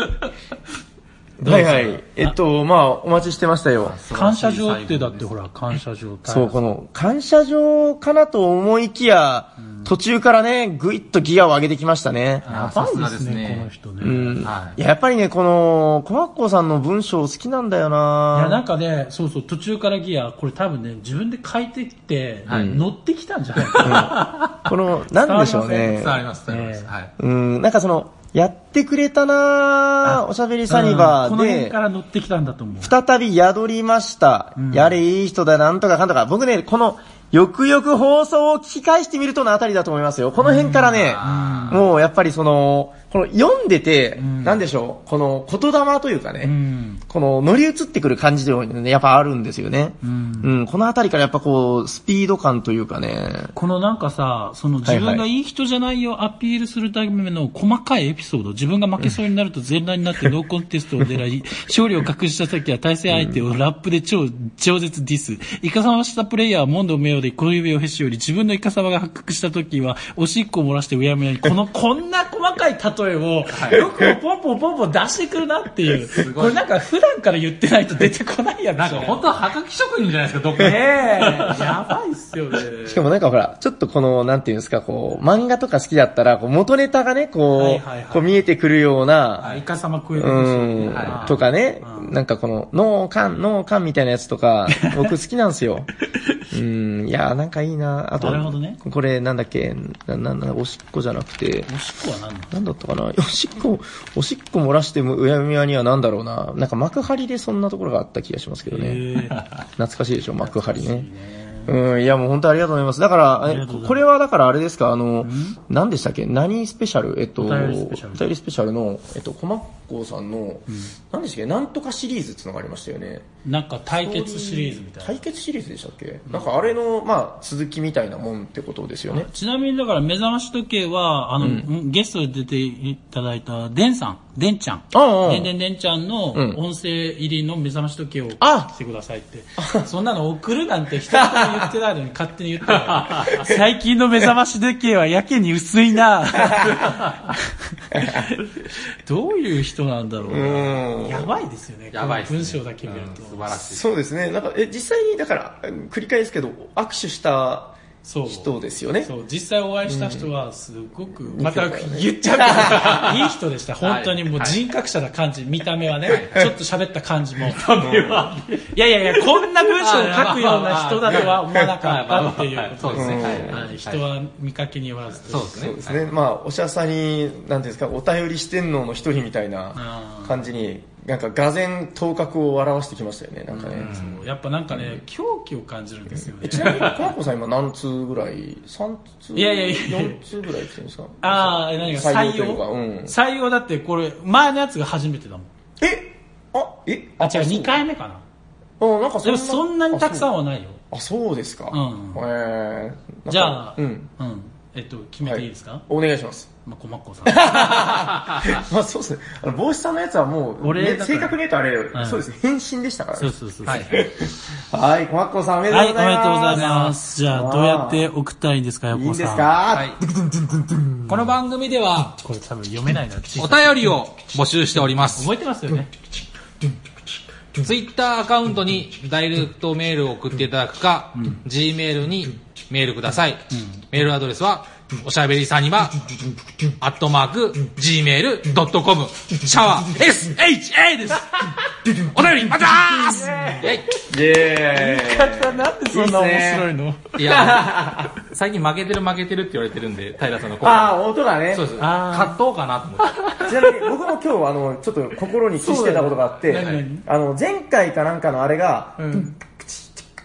Speaker 2: はいはい。えっと、まあ、お待ちしてましたよ。
Speaker 1: 感謝状ってだってほら、感謝状。
Speaker 2: そう、この、感謝状かなと思いきや、途中からね、ぐいっとギアを上げてきましたね。
Speaker 1: や
Speaker 3: あ
Speaker 1: ばい
Speaker 3: さす
Speaker 1: で
Speaker 3: がですすね
Speaker 1: ね、この人ね。
Speaker 2: うん
Speaker 3: はい
Speaker 2: ややっぱりね、この、小学校さんの文章好きなんだよない
Speaker 1: や、なんかね、そうそう、途中からギア、これ多分ね、自分で書いてきて、乗ってきたんじゃないかな。
Speaker 2: この、なんでしょうね
Speaker 3: 伝。わります、伝わります。
Speaker 1: ね
Speaker 3: はい。
Speaker 2: うん、なんかその、やってくれたなおしゃべりサニ
Speaker 1: う
Speaker 2: バ
Speaker 1: んこ
Speaker 2: ー
Speaker 1: の辺
Speaker 2: で
Speaker 1: か、ら乗ってきたんだと思う。
Speaker 2: 再び宿りました。やれ、いい人だ、なんとかかんとか。僕ね、この、よくよく放送を聞き返してみるとのあたりだと思いますよ。この辺からね、もうやっぱりその、この読んでて、なんでしょう、この言霊というかね、
Speaker 1: うん。
Speaker 2: この乗り移ってくる感じというのがね、やっぱあるんですよね。
Speaker 1: うん。
Speaker 2: うん、このあたりからやっぱこう、スピード感というかね。
Speaker 1: このなんかさ、その自分
Speaker 2: はい
Speaker 1: が
Speaker 2: はい
Speaker 1: いい人じゃないよアピールするための細かいエピソード、自分が負けそうになると全裸にな [LAUGHS] ってノーコンテストを狙い、勝利を隠した時は対戦相手をラップで超、超絶ディス。イカサマしたプレイヤーは問答無用で小指をへし折り、自分のイカサマが発覚した時は、おしっこを漏らしてうやむやに、 [LAUGHS] この、こんな細かい例えを、よくもポンポンポンポン出してくるなっていう。
Speaker 3: ごい
Speaker 1: これなんか普段から言ってないと出てこないやつ
Speaker 3: なんか本当ははがき職人じゃないですか、どっか
Speaker 1: ねえ、
Speaker 3: ね。
Speaker 1: やばいっすよね。
Speaker 2: しかもなんかほら、ちょっとこの、なんていうんですか、こう、漫画とか好きだったら、こう、元ネタがね、
Speaker 1: はい
Speaker 2: こ、
Speaker 1: はいはいう
Speaker 2: こう見えてくるような、
Speaker 1: イカサマ食え
Speaker 2: う
Speaker 1: るでしょ
Speaker 2: ーん、とかね、なんかこの、脳幹、脳幹みたいなやつと
Speaker 1: [LAUGHS]
Speaker 2: か、僕好きなんですよ。うん、いやーなんかいいなあと、
Speaker 1: なるほどね
Speaker 2: これなんだっけ、な、な、な、おしっこじゃなくて、
Speaker 1: おしっこは何なの
Speaker 2: なんだったかなお [LAUGHS] しっこ、おしっこ漏らしてもうやむやにはなんだろうな。なんか幕張でそんなところがあった気がしますけどね。懐かしいでしょ、幕張ね。うん、いやもう本当ありがとうございます。だから、えこれはだからあれですか、あの、何でしたっけ何スペシャルえっと、
Speaker 1: お便りスペシャル
Speaker 2: お便りスペシャルの、えっと、コマッコさんの、何でしたっけなんとかシリーズってのがありましたよね。
Speaker 1: なんか対決シリーズみたいな。
Speaker 2: 対決シリーズでしたっけなんかあれの、まあ、続きみたいなもんってことですよね。
Speaker 1: ちなみにだから目覚まし時計は、あの、ゲストで出ていただいた、デンさん、デンちゃん。
Speaker 2: ああ
Speaker 1: デンデンデンちゃんの
Speaker 2: ん
Speaker 1: 音声入りの目覚まし時計を
Speaker 2: あ
Speaker 1: してくださいって。そんなの送るなんて人に言ってないの [LAUGHS] に勝手に言ってたよ最近の目覚まし時計はやけに薄いな [LAUGHS] どういう人なんだろう
Speaker 2: うん
Speaker 1: な。やばいですよね。
Speaker 3: やばいっす
Speaker 1: こ
Speaker 3: ね。
Speaker 1: の文章だけ見ると。
Speaker 3: うん素晴らしい。
Speaker 2: そうですね。なんか、え、実際に、だから、うん繰り返すけど、握手した
Speaker 1: そう
Speaker 2: 人ですよね。
Speaker 1: そう、実際お会いした人は、すごく、また言っちゃうけど、いい人でした。本当にもう人格者な感じ、見た目はね、ちょっと喋った感じも。いやいやいや、こんな文章を書くような人だとは思わなかったっていうことです
Speaker 3: はいはい
Speaker 1: ね。
Speaker 3: はい
Speaker 1: はい人は見かけによらずという。
Speaker 3: そうです
Speaker 2: そう
Speaker 3: ね
Speaker 2: で。すね。まあ、おしゃさに、なんていうんですか、お便り四天王の一人みたい
Speaker 1: あ
Speaker 2: な
Speaker 1: ー
Speaker 2: 感じに、なんか、がぜ頭角を表してきましたよね、なんかね。
Speaker 1: そうやっぱなんかね、狂気を感じるんですよね
Speaker 2: え。ちなみに、コマコさん今何通ぐらい ?3 通
Speaker 1: いやいやいや
Speaker 2: 4通ぐらい来てるんですか
Speaker 1: ああ、何が採
Speaker 2: というか
Speaker 1: 用
Speaker 2: うん。
Speaker 1: 採用だってこれ、前のやつが初めてだもん。
Speaker 2: えあ、え
Speaker 1: あ、違う、
Speaker 2: そう
Speaker 1: 2回目かな。
Speaker 2: うん、なんか
Speaker 1: でもそんなにたくさん
Speaker 2: は。
Speaker 1: はないよ。
Speaker 2: あ、そうですか。
Speaker 1: うん
Speaker 2: へーなんか
Speaker 1: じゃあ、
Speaker 2: うん。
Speaker 1: うん。えっと、決めていいですか、
Speaker 2: お願いします。
Speaker 1: まあ、こまっこさん。
Speaker 2: まあそうですね。あの、帽子さんのやつはもう、
Speaker 1: 俺
Speaker 2: ね
Speaker 1: だから
Speaker 2: 正確に言うとあれ、
Speaker 1: ん
Speaker 2: そうですね。変身でしたか
Speaker 1: [LAUGHS]
Speaker 2: ら
Speaker 1: そう
Speaker 2: ね。
Speaker 1: そうそうそう。
Speaker 3: はい。
Speaker 2: はい、小松子さんおめでと
Speaker 1: は
Speaker 2: う
Speaker 1: い、お
Speaker 2: ご
Speaker 1: め
Speaker 2: ざい
Speaker 1: で
Speaker 2: ます。
Speaker 1: とうございます。じゃあ、どうやって送ったらいいんですか、
Speaker 2: い
Speaker 1: 横
Speaker 2: いん
Speaker 1: 尾
Speaker 2: です
Speaker 1: さん。
Speaker 2: か、
Speaker 3: はい。この番組では、
Speaker 1: これ多分読めないな、
Speaker 3: お便りを募集しております。
Speaker 1: 覚えてますよね。
Speaker 3: ツイッターアカウントにダイレクトメールを送っていただくか、G メールにメールください。メールアドレスは、おしゃべりさんには、アットマーク、gmail.com、シャワー、sha です。お便り、待ってますイ
Speaker 2: イェーイ。
Speaker 1: なんで
Speaker 2: そんな面白
Speaker 1: いの
Speaker 3: ェイいや、最近負けてる負けてるって言われてるんで、平さんの声。
Speaker 2: ああ、音がね。
Speaker 3: そうです。
Speaker 1: あー
Speaker 3: 葛藤かなと思って。
Speaker 2: ちなみに僕も今日あの、ちょっと心に期してたことがあって、
Speaker 1: そうだよね
Speaker 2: あの、前回かなんかのあれが、
Speaker 1: うん。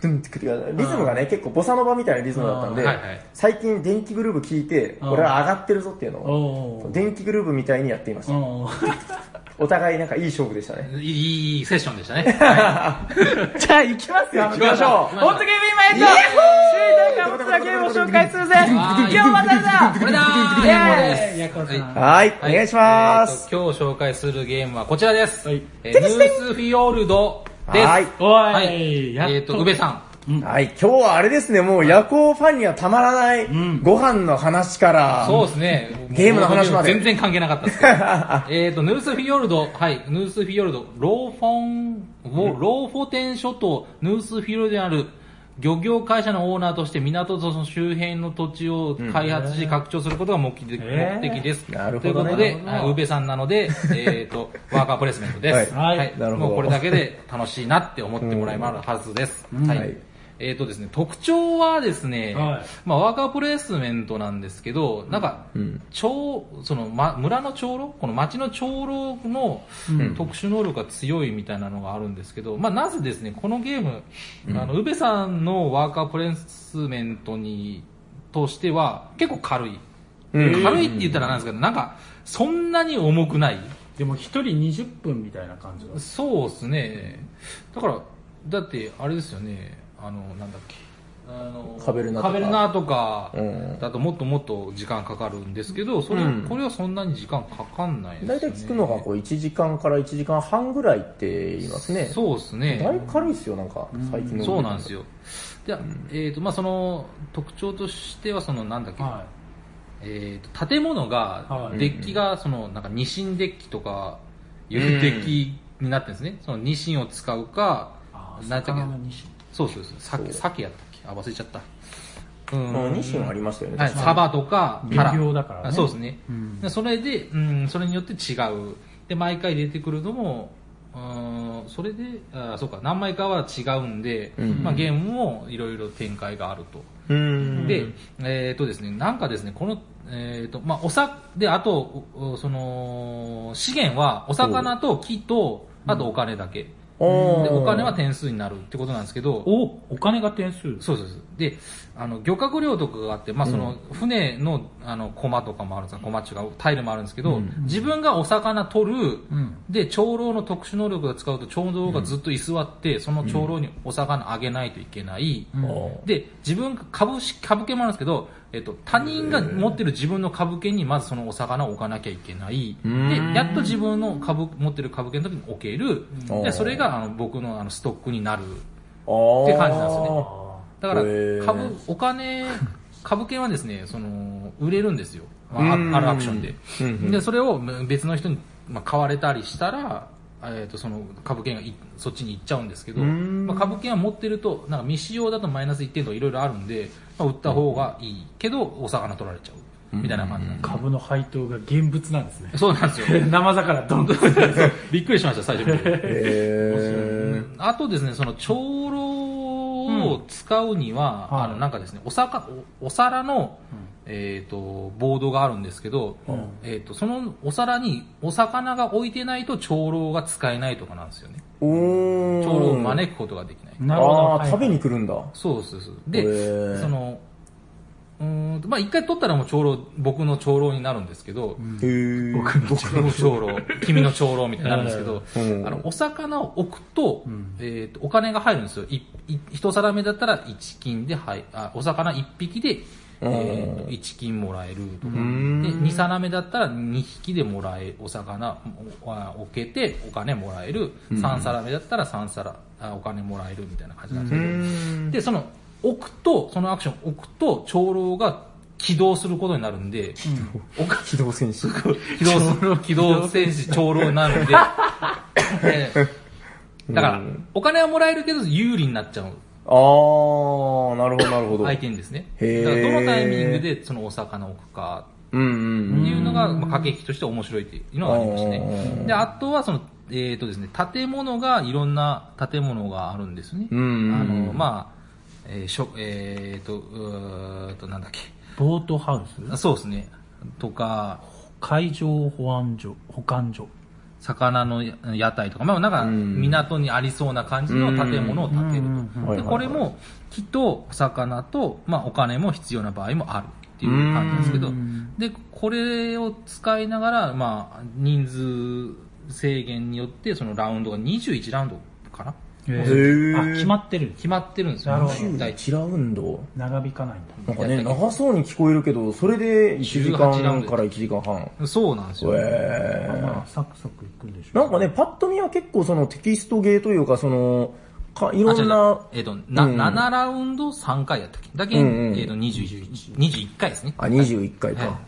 Speaker 2: トゥントゥクっていうかリズムがね、結構ボサノバみたいなリズムだったんで
Speaker 3: あーはいはい、
Speaker 2: 最近電気グルーヴ聞いて、
Speaker 1: うん
Speaker 2: 俺は上がってるぞっていうのを、
Speaker 1: おー。
Speaker 2: 電気グルーヴみたいにやっていました。
Speaker 1: おー
Speaker 2: お互いなんかいい勝負でしたね。
Speaker 3: いいいいセッションでしたね。
Speaker 2: じゃあ行きますよ行きましょう
Speaker 3: ホットゲ
Speaker 4: ゲームイマイト集大化物なゲームを紹介するぜ今日は誰だ
Speaker 3: これだー
Speaker 4: イエ
Speaker 1: いやこれさ
Speaker 2: はい、お願いします。
Speaker 3: えーと今日紹介するゲームはこちらです。
Speaker 1: はい
Speaker 3: えーニュースフィヨルドです。
Speaker 2: はい。
Speaker 1: お
Speaker 3: はい
Speaker 1: い、や
Speaker 3: え
Speaker 1: っ
Speaker 3: っと、
Speaker 1: と。
Speaker 3: 宇部さん。
Speaker 2: [LAUGHS] はい、今日はあれですね、もう夜行ファンにはたまらない、ご飯の話から、
Speaker 3: そうですね。
Speaker 2: ゲームの話まで
Speaker 3: 全然関係なかっ
Speaker 2: [LAUGHS]
Speaker 3: たですけど。えっと、ヌースフィヨルド、はい、ヌースフィヨルド、ローフォン、ローフォテン諸島、ヌースフィヨルドにある漁業会社のオーナーとして港とその周辺の土地を開発し拡張することが目的
Speaker 1: えー
Speaker 3: 目的です。
Speaker 2: なるほどね
Speaker 3: ということで、はい宇部さんな
Speaker 2: [LAUGHS]
Speaker 3: ので、えっと、ワーカープレイスメントです。
Speaker 1: はい
Speaker 2: なるほど
Speaker 3: もうこれだけで楽しいなって思ってもらえるはずです。は
Speaker 2: はい
Speaker 3: い。えっとですね、特徴はですね、
Speaker 1: はい
Speaker 3: まあ、ワーカープレイスメントなんですけど、なんか、長その、ま、村の長老この町の長老の特殊能力が強いみたいなのがあるんですけど、まあ、なぜですね、このゲーム、あの、宇部さんのワーカープレイスメントに、としては、結構軽い。
Speaker 2: うん
Speaker 3: 軽いって言ったらなんですけど、なんか、そんなに重くない。
Speaker 1: でも一人20分みたいな感じだ。
Speaker 3: そうですね。だから、だって、あれですよね、あの、なんだっけ。あの
Speaker 2: カベルナと
Speaker 3: カ
Speaker 2: か
Speaker 3: ベルナとか
Speaker 2: うん
Speaker 3: だともっともっと時間かかるんですけど、それ、
Speaker 2: うん
Speaker 3: これはそんなに時間かかんないですよ
Speaker 2: 大
Speaker 3: ね。
Speaker 2: 体聞くのがこう1時間から1時間半ぐらいって言いますね。
Speaker 3: そうですね。
Speaker 2: だいぶ軽いですよ、なんか、最近の。
Speaker 3: そうなんです
Speaker 2: よ。
Speaker 3: よ。じゃあ、えっ、と、まあ、その、特徴としては、その、なんだっけ、
Speaker 1: は
Speaker 3: えー、と建物が
Speaker 1: は、い
Speaker 3: デッキが、その、なんか、ニシンデッキとか、いうデッキになってるんですね。その、ニシンを使うか
Speaker 1: い。あ、ー
Speaker 3: なんだっけ、
Speaker 1: 魚の西
Speaker 3: そうそうそう、鮭、鮭やったっけあ、忘れちゃった。うん。
Speaker 2: もう2品ありましたよね。
Speaker 3: はい、
Speaker 2: 確か
Speaker 3: サバとか、
Speaker 1: 微
Speaker 3: タラ
Speaker 1: 妙だからね
Speaker 3: あそうですね。
Speaker 1: うん
Speaker 3: でそれで、うん、それによって違う。で、毎回出てくるのも、うん、それで、あそうか、何枚かは違うんで、
Speaker 2: うん
Speaker 3: まあ、ゲームもいろいろ展開があると。
Speaker 2: にうん。
Speaker 3: で、えっ、とですね、なんかですね、この、えっ、と、まあ、おさ、で、あと、おおその、資源は、お魚と木と、あとお金だけ。で、
Speaker 2: おー
Speaker 3: お金は点数になるってことなんですけど、
Speaker 1: お、お金が点数。
Speaker 3: そうそうそう。で、あの、漁獲量とかがあって、まあ、その、船の、あの、コマとかもあるんですコマっていうか、タイルもあるんですけど、自分がお魚取る、
Speaker 1: うん
Speaker 3: で、長老の特殊能力を使うと、長老がずっと居座って、その長老にお魚あげないといけない。
Speaker 2: おー
Speaker 3: で、自分が株式、株券もあるんですけど、えっと、他人が持ってる自分の株券にまずそのお魚を置かなきゃいけない。
Speaker 2: ん
Speaker 3: で、やっと自分の株、持ってる株券の時に置ける。
Speaker 2: うん
Speaker 3: で、それが、あの、僕のあのストックになる。
Speaker 2: あー
Speaker 3: って感じなんですよね
Speaker 1: あ
Speaker 3: だから
Speaker 2: へー
Speaker 3: 株、お金、株券はですね、その、売れるんですよ。まあ
Speaker 2: うーん
Speaker 3: ああるアクションで
Speaker 2: うんうん。
Speaker 3: で、それをまあ別の人に、まあ、買われたりしたら、えー、とその株券がいそっちに行っちゃうんですけど、
Speaker 2: うーん
Speaker 3: まあ、株券は持ってるとなんか未使用だとマイナス1点とかいろいろあるんで、まあ、売った方がいいけどお魚取られちゃうみたいな感じなん
Speaker 1: ー
Speaker 3: で
Speaker 1: 株の配当が現物なんですね。 [LAUGHS]
Speaker 3: す、そうなんですよ
Speaker 1: 生魚 [LAUGHS] どんどん。
Speaker 3: びっくりしました最初見て
Speaker 2: へ
Speaker 3: あとですね、その長老を使うには、
Speaker 1: うんはい
Speaker 3: あの、なんかですね、おさかおお皿の、えっ、と、ボードがあるんですけど、
Speaker 1: ん
Speaker 3: えっ、と、そのお皿にお魚が置いてないと長老が使えないとかなんですよね。
Speaker 2: ー。おー。
Speaker 3: 長老を招くことができない。
Speaker 1: なるほど。
Speaker 2: あ
Speaker 1: は
Speaker 2: ー、
Speaker 1: い
Speaker 2: 食べに来るんだ。
Speaker 3: そうそうそう。
Speaker 2: へー
Speaker 3: で、その、うーんとまあ一回取ったらもう長老、僕の長老になるんですけど、
Speaker 2: へー。
Speaker 1: 僕の
Speaker 3: 僕の長老、君の長老みたいになるんですけど、
Speaker 2: うん
Speaker 3: あの、お魚を置くと、えっ、と、お金が入るんですよ。い、い、一皿目だったら1金で、はい、あ、お魚1匹でえーと1金もらえるとか、で2皿目だったら2匹でもらえ、お魚おあ置けてお金もらえる、3皿目だったら3皿あお金もらえるみたいな感じなんですけど、で、その、置くと、そのアクション置くと、長老が起動することになるんで、おか
Speaker 2: [LAUGHS] 機動戦士。
Speaker 3: 機動する、機動戦士長老に
Speaker 2: [LAUGHS]
Speaker 3: なるんで、ええだから、お金はもらえるけど、有利になっちゃう
Speaker 2: あー、なるほど、なるほど。
Speaker 3: 相手にですね。
Speaker 2: へー
Speaker 3: だから、どのタイミングでそのお魚を置くか
Speaker 2: うんう
Speaker 3: って
Speaker 2: ん
Speaker 3: いうのが、まあ、駆け引きとして面白いっていうのがありましてね。で、あとは、その、えっ、とですね、建物が、いろんな建物があるんですね。
Speaker 2: うんうんうん
Speaker 3: あの、まあ、えー、しょ、えー、と、うーっと、なんだっけ。
Speaker 1: ボートハウス
Speaker 3: そうですね。とか、
Speaker 1: 海上保安所、保管所。
Speaker 3: 魚の屋台とか、まあなんか港にありそうな感じの建物を建てる
Speaker 1: うん
Speaker 2: うんうん
Speaker 3: と。で、これも木と魚と、まあお金も必要な場合もあるっていう感じなんですけ
Speaker 1: う
Speaker 3: ど
Speaker 1: ん、
Speaker 3: で、これを使いながら、まあ人数制限によって、そのラウンドが21ラウンドかな
Speaker 1: へ
Speaker 2: ー
Speaker 1: あ、決まってる。
Speaker 3: 決まってるんですよ。
Speaker 1: なるほど
Speaker 3: 1
Speaker 2: 1ラウンド
Speaker 1: 長引かないんだ。
Speaker 2: なんかね、長そうに聞こえるけど、それで1時間
Speaker 3: 18ラウンド
Speaker 2: から1時間半。
Speaker 3: そうなんですよ。
Speaker 2: えー。
Speaker 1: まあ、サクサクいくんでしょ
Speaker 2: なんかね、パッと見は結構そのテキストゲーというか、その、かいろんな、
Speaker 3: あ違う違うえっ、と、な、
Speaker 2: うん
Speaker 3: 7ラウンド3回やったっけだけ、
Speaker 2: うんうん
Speaker 3: えっ、と、21、21回ですね。
Speaker 2: あ、21回か
Speaker 3: は。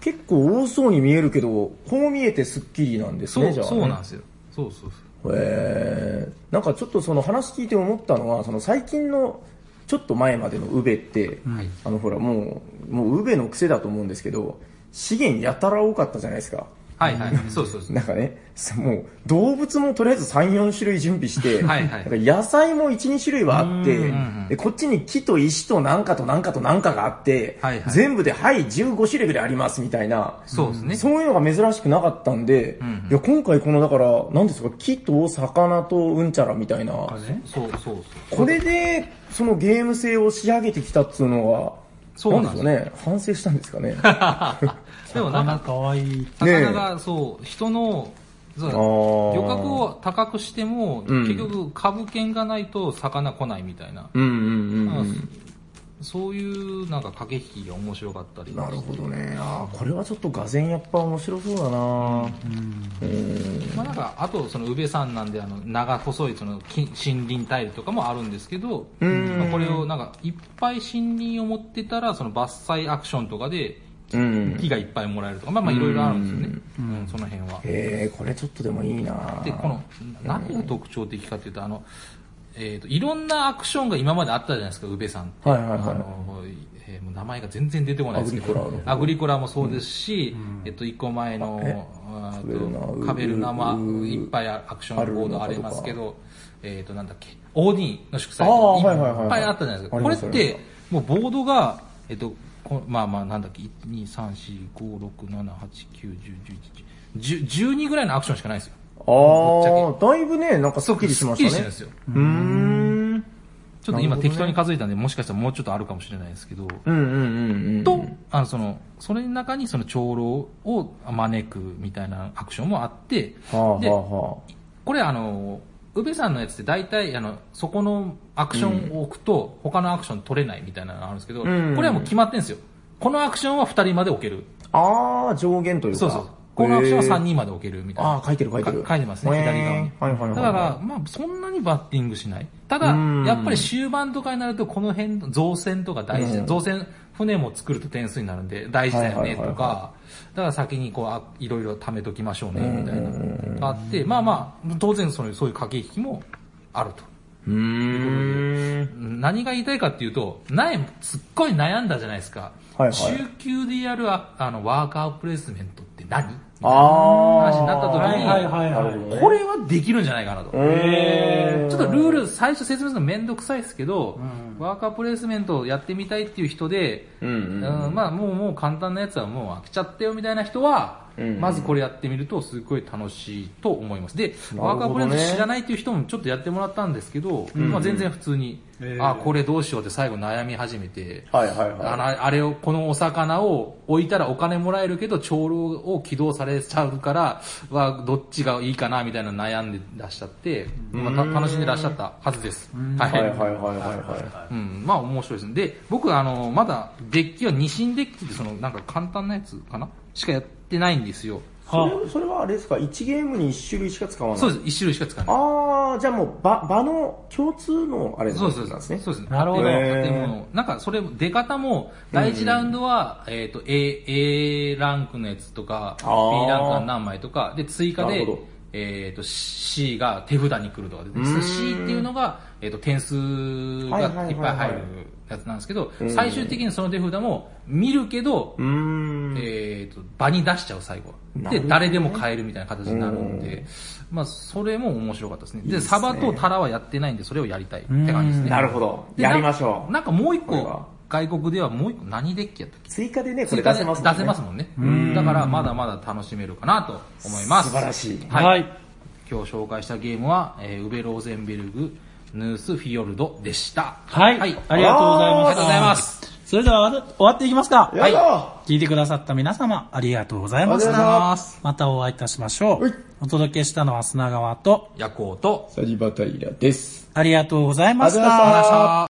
Speaker 2: 結構多そうに見えるけど、こう見えてスッキリなんです
Speaker 3: そ
Speaker 2: ね、
Speaker 3: う、
Speaker 2: じゃあね。
Speaker 3: そうなんですよ。そうそうそう。
Speaker 2: へえなんかちょっとその話聞いて思ったのは、その最近のちょっと前までの宇部って、あのほらもう、もう宇部の癖だと思うんですけど、資源やたら多かったじゃないですか。
Speaker 3: はいはい。そうそうそう。
Speaker 2: なんかね、さもう動物もとりあえず3、4種類準備して、
Speaker 3: [LAUGHS] はい
Speaker 2: な
Speaker 3: はい
Speaker 2: んか野菜も1、2種類はあって
Speaker 3: ん、
Speaker 2: でこっちに木と石となんかとなんかとなんかがあって、
Speaker 3: はいはい
Speaker 2: 全部ではい15種類ぐらいありますみたいな、
Speaker 3: そうですね。
Speaker 2: そういうのが珍しくなかったんで、
Speaker 3: ん
Speaker 2: いや今回このだから、なんですか、木と魚とうんちゃらみたいな、
Speaker 1: ね。
Speaker 3: そうそうそう。
Speaker 2: これでそのゲーム性を仕上げてきたっつうのは、
Speaker 3: そうなん
Speaker 2: で
Speaker 3: ですす
Speaker 2: よね、反省したんですか
Speaker 3: [LAUGHS]
Speaker 2: ね。
Speaker 3: でも
Speaker 1: な
Speaker 3: な
Speaker 1: んかな
Speaker 3: か、
Speaker 1: かわいい。
Speaker 2: ねえ
Speaker 3: 魚が、そう、人の、そう
Speaker 2: あー
Speaker 3: 漁獲を高くしても、
Speaker 2: うん
Speaker 3: 結局株券がないと魚来ないみたいな。
Speaker 2: うんうんうん、うん
Speaker 3: まあそういうなんか駆け引きが面白かったり。
Speaker 2: なるほどね。あーこれはちょっとがぜんやっぱ面白そうだな
Speaker 3: まあなんか、あと、その、宇部山なんで、あの、長細い、その、き森林タイルとかもあるんですけど、
Speaker 2: ん
Speaker 3: まあこれを、なんか、いっぱい森林を持ってたら、その、伐採アクションとかで、
Speaker 2: うん。
Speaker 3: 木がいっぱいもらえるとか、まあまあ、いろいろあるんですよね。うん、その辺は。
Speaker 2: えー、これちょっとでもいいな
Speaker 3: で、この、何が特徴的かっていうと、あの、えっ、と、いろんなアクションが今まであったじゃないですか、宇部さんって。
Speaker 2: はいはいはい
Speaker 3: あの、えーもう名前が全然出てこないですけど。
Speaker 2: アグリコラ
Speaker 3: アグリコラもそうですし、えっと、一個前の、あーとカ
Speaker 2: カ
Speaker 3: ベ
Speaker 2: ベ
Speaker 3: ル
Speaker 2: ル
Speaker 3: ナ
Speaker 2: ナ
Speaker 3: マ、
Speaker 2: う
Speaker 3: いっぱいアクションボードあります
Speaker 2: あ
Speaker 3: け
Speaker 2: る
Speaker 3: ど、えっと、なんだっけ、オーディンの祝祭
Speaker 2: あ
Speaker 3: と
Speaker 2: ー
Speaker 3: か
Speaker 2: はいはいはいはい
Speaker 3: いっぱいあったじゃないですか。
Speaker 2: あ
Speaker 3: こ
Speaker 2: り
Speaker 3: れ
Speaker 2: ます
Speaker 3: って、もうボードが、えっと、こまあまあ、なんだっけ、1、2、3、4、5、6、7、8、9、10、11、10 12ぐらいのアクションしかないですよ。
Speaker 2: あー、だいぶね、なんかスッキリしました
Speaker 3: すっきりしてるん
Speaker 2: ね
Speaker 3: です。よ。
Speaker 2: うーん。
Speaker 3: ちょっと今適当に数えたんで、もしかしたらもうちょっとあるかもしれないですけど、
Speaker 2: うんうんうんうん。
Speaker 3: と、あの、その、それの中にその長老を招くみたいなアクションもあって、
Speaker 2: はあ、
Speaker 3: で
Speaker 2: はあは
Speaker 3: これあの、宇部さんのやつって大体、あの、そこのアクションを置くと、他のアクション取れないみたいなのがあるんですけど、こ
Speaker 2: ん
Speaker 3: れはもう決まってんですよ。このアクションは2人まで置ける。
Speaker 2: あ。あー、上限というか。
Speaker 3: そうそう。このアクションは3
Speaker 2: へー。
Speaker 3: 人まで置けるみたいな。
Speaker 2: あー、書いてる書いてる。
Speaker 3: か書いてますね、
Speaker 2: へー
Speaker 3: 左側に。
Speaker 2: はいはいはい。
Speaker 3: だから、まあ、そんなにバッティングしない。ただ
Speaker 2: うん、
Speaker 3: やっぱり終盤とかになると、この辺の造船とか大事
Speaker 2: う
Speaker 3: だ。
Speaker 2: ん
Speaker 3: 造船、船も作ると点数になるんで、大事だよね、と
Speaker 2: はいはいはい
Speaker 3: か
Speaker 2: は。
Speaker 3: だから先にこうあ、いろいろ貯めときましょうね、みたいな。あって、まあまあ、当然そのそういう駆け引きもあると。
Speaker 2: うーん。
Speaker 3: 何が言いたいかっていうと、悩すっごい悩んだじゃないですか。
Speaker 2: はいはい
Speaker 3: 中級でやるああのワーカープレイスメントって何
Speaker 2: あ
Speaker 3: 話になった時に、
Speaker 1: はいはいはいはい。
Speaker 3: これはできるんじゃないかなと。
Speaker 2: ー。え
Speaker 3: ちょっとルール最初説明するのめんどくさいですけど、ワーカープレイスメントをやってみたいっていう人で、
Speaker 2: うんうん
Speaker 3: うんまあもうもう簡単なやつはもう飽きちゃったよみたいな人は、
Speaker 2: うん
Speaker 3: まずこれやってみるとすごい楽しいと思います。で、
Speaker 2: どね
Speaker 3: ワーカープレゼント知らないという人もちょっとやってもらったんですけど、まあ全然普通に、あ、これどうしようって最後悩み始めて、
Speaker 2: はいはいはい
Speaker 3: あのあれを、このお魚を置いたらお金もらえるけど、長老を起動されちゃうから、は、どっちがいいかな、みたいなの悩んでらっしゃって、まあた楽しんでらっしゃったはずです。はい
Speaker 2: はいはいはいはいは。
Speaker 3: うん、まあ面白いですね。で、僕あの、まだデッキは二進デッキってそのなんか簡単なやつかなしかやってないんですよ。
Speaker 1: はい
Speaker 2: それそれはあれですか、1ゲームに1種類しか使わない
Speaker 3: そうです。一種類しか使わない。
Speaker 2: あー、じゃあもう場、場の共通のあれ
Speaker 3: そう
Speaker 2: な
Speaker 3: です
Speaker 2: ん
Speaker 3: そう
Speaker 2: で
Speaker 3: ですす。
Speaker 2: ね。
Speaker 3: そうですね。
Speaker 1: なるほど
Speaker 3: 建
Speaker 2: へー
Speaker 3: 物建物。なんかそれ、出方も、第一ラウンドは、えっ、と、A、A ランクのやつとか、B
Speaker 2: あー
Speaker 3: ランクが何枚とか、で、追加
Speaker 2: なる
Speaker 3: で
Speaker 2: ほど、
Speaker 3: えっ、と、C が手札に来るとかで、C っていうのが、えっ、と、点数がいっぱい入るやつなんですけど、最終的にその手札も見るけど、
Speaker 2: うーん。
Speaker 3: えー、と場に出しちゃう最後
Speaker 2: な
Speaker 3: は
Speaker 2: る
Speaker 3: で
Speaker 2: ほどね
Speaker 3: 誰でも買えるみたいな形になるんで、まあそれも面白かったですねでサバとタラはやってないんでそれをやりたいって感じですね
Speaker 2: なるほど。
Speaker 3: で
Speaker 2: やりましょう。
Speaker 3: ななんかもう一
Speaker 2: これ
Speaker 3: 個
Speaker 2: は
Speaker 3: 外国ではもう一個何デッキやったっけ
Speaker 2: 追加でね、これ
Speaker 3: 追加
Speaker 2: 出
Speaker 3: で
Speaker 2: せますもんね。
Speaker 3: 出せますもんねだからまだまだ楽しめるかなと思います
Speaker 2: 素晴らしい。
Speaker 3: はい、
Speaker 1: はい。
Speaker 3: 今日紹介したゲームは、えーウベローゼンベルグヌースフィヨルドでした
Speaker 1: はい。
Speaker 3: はい、
Speaker 1: ありがとうござい
Speaker 3: あり
Speaker 1: ま
Speaker 3: が
Speaker 1: す。
Speaker 3: とうございます
Speaker 1: それでは終わ終わっていきますか。
Speaker 2: やった
Speaker 1: 聞いてくださった皆様、ありがとうございま
Speaker 2: ありがとうござい
Speaker 1: し
Speaker 2: ま
Speaker 1: た。
Speaker 2: す
Speaker 1: またお会いいたしましょ。
Speaker 2: はいう
Speaker 1: お届けしたのは砂川と、
Speaker 3: 夜行と
Speaker 2: サリバタイラです。
Speaker 1: ありがとうございまし
Speaker 2: ありがとうございました
Speaker 1: た。
Speaker 3: さあ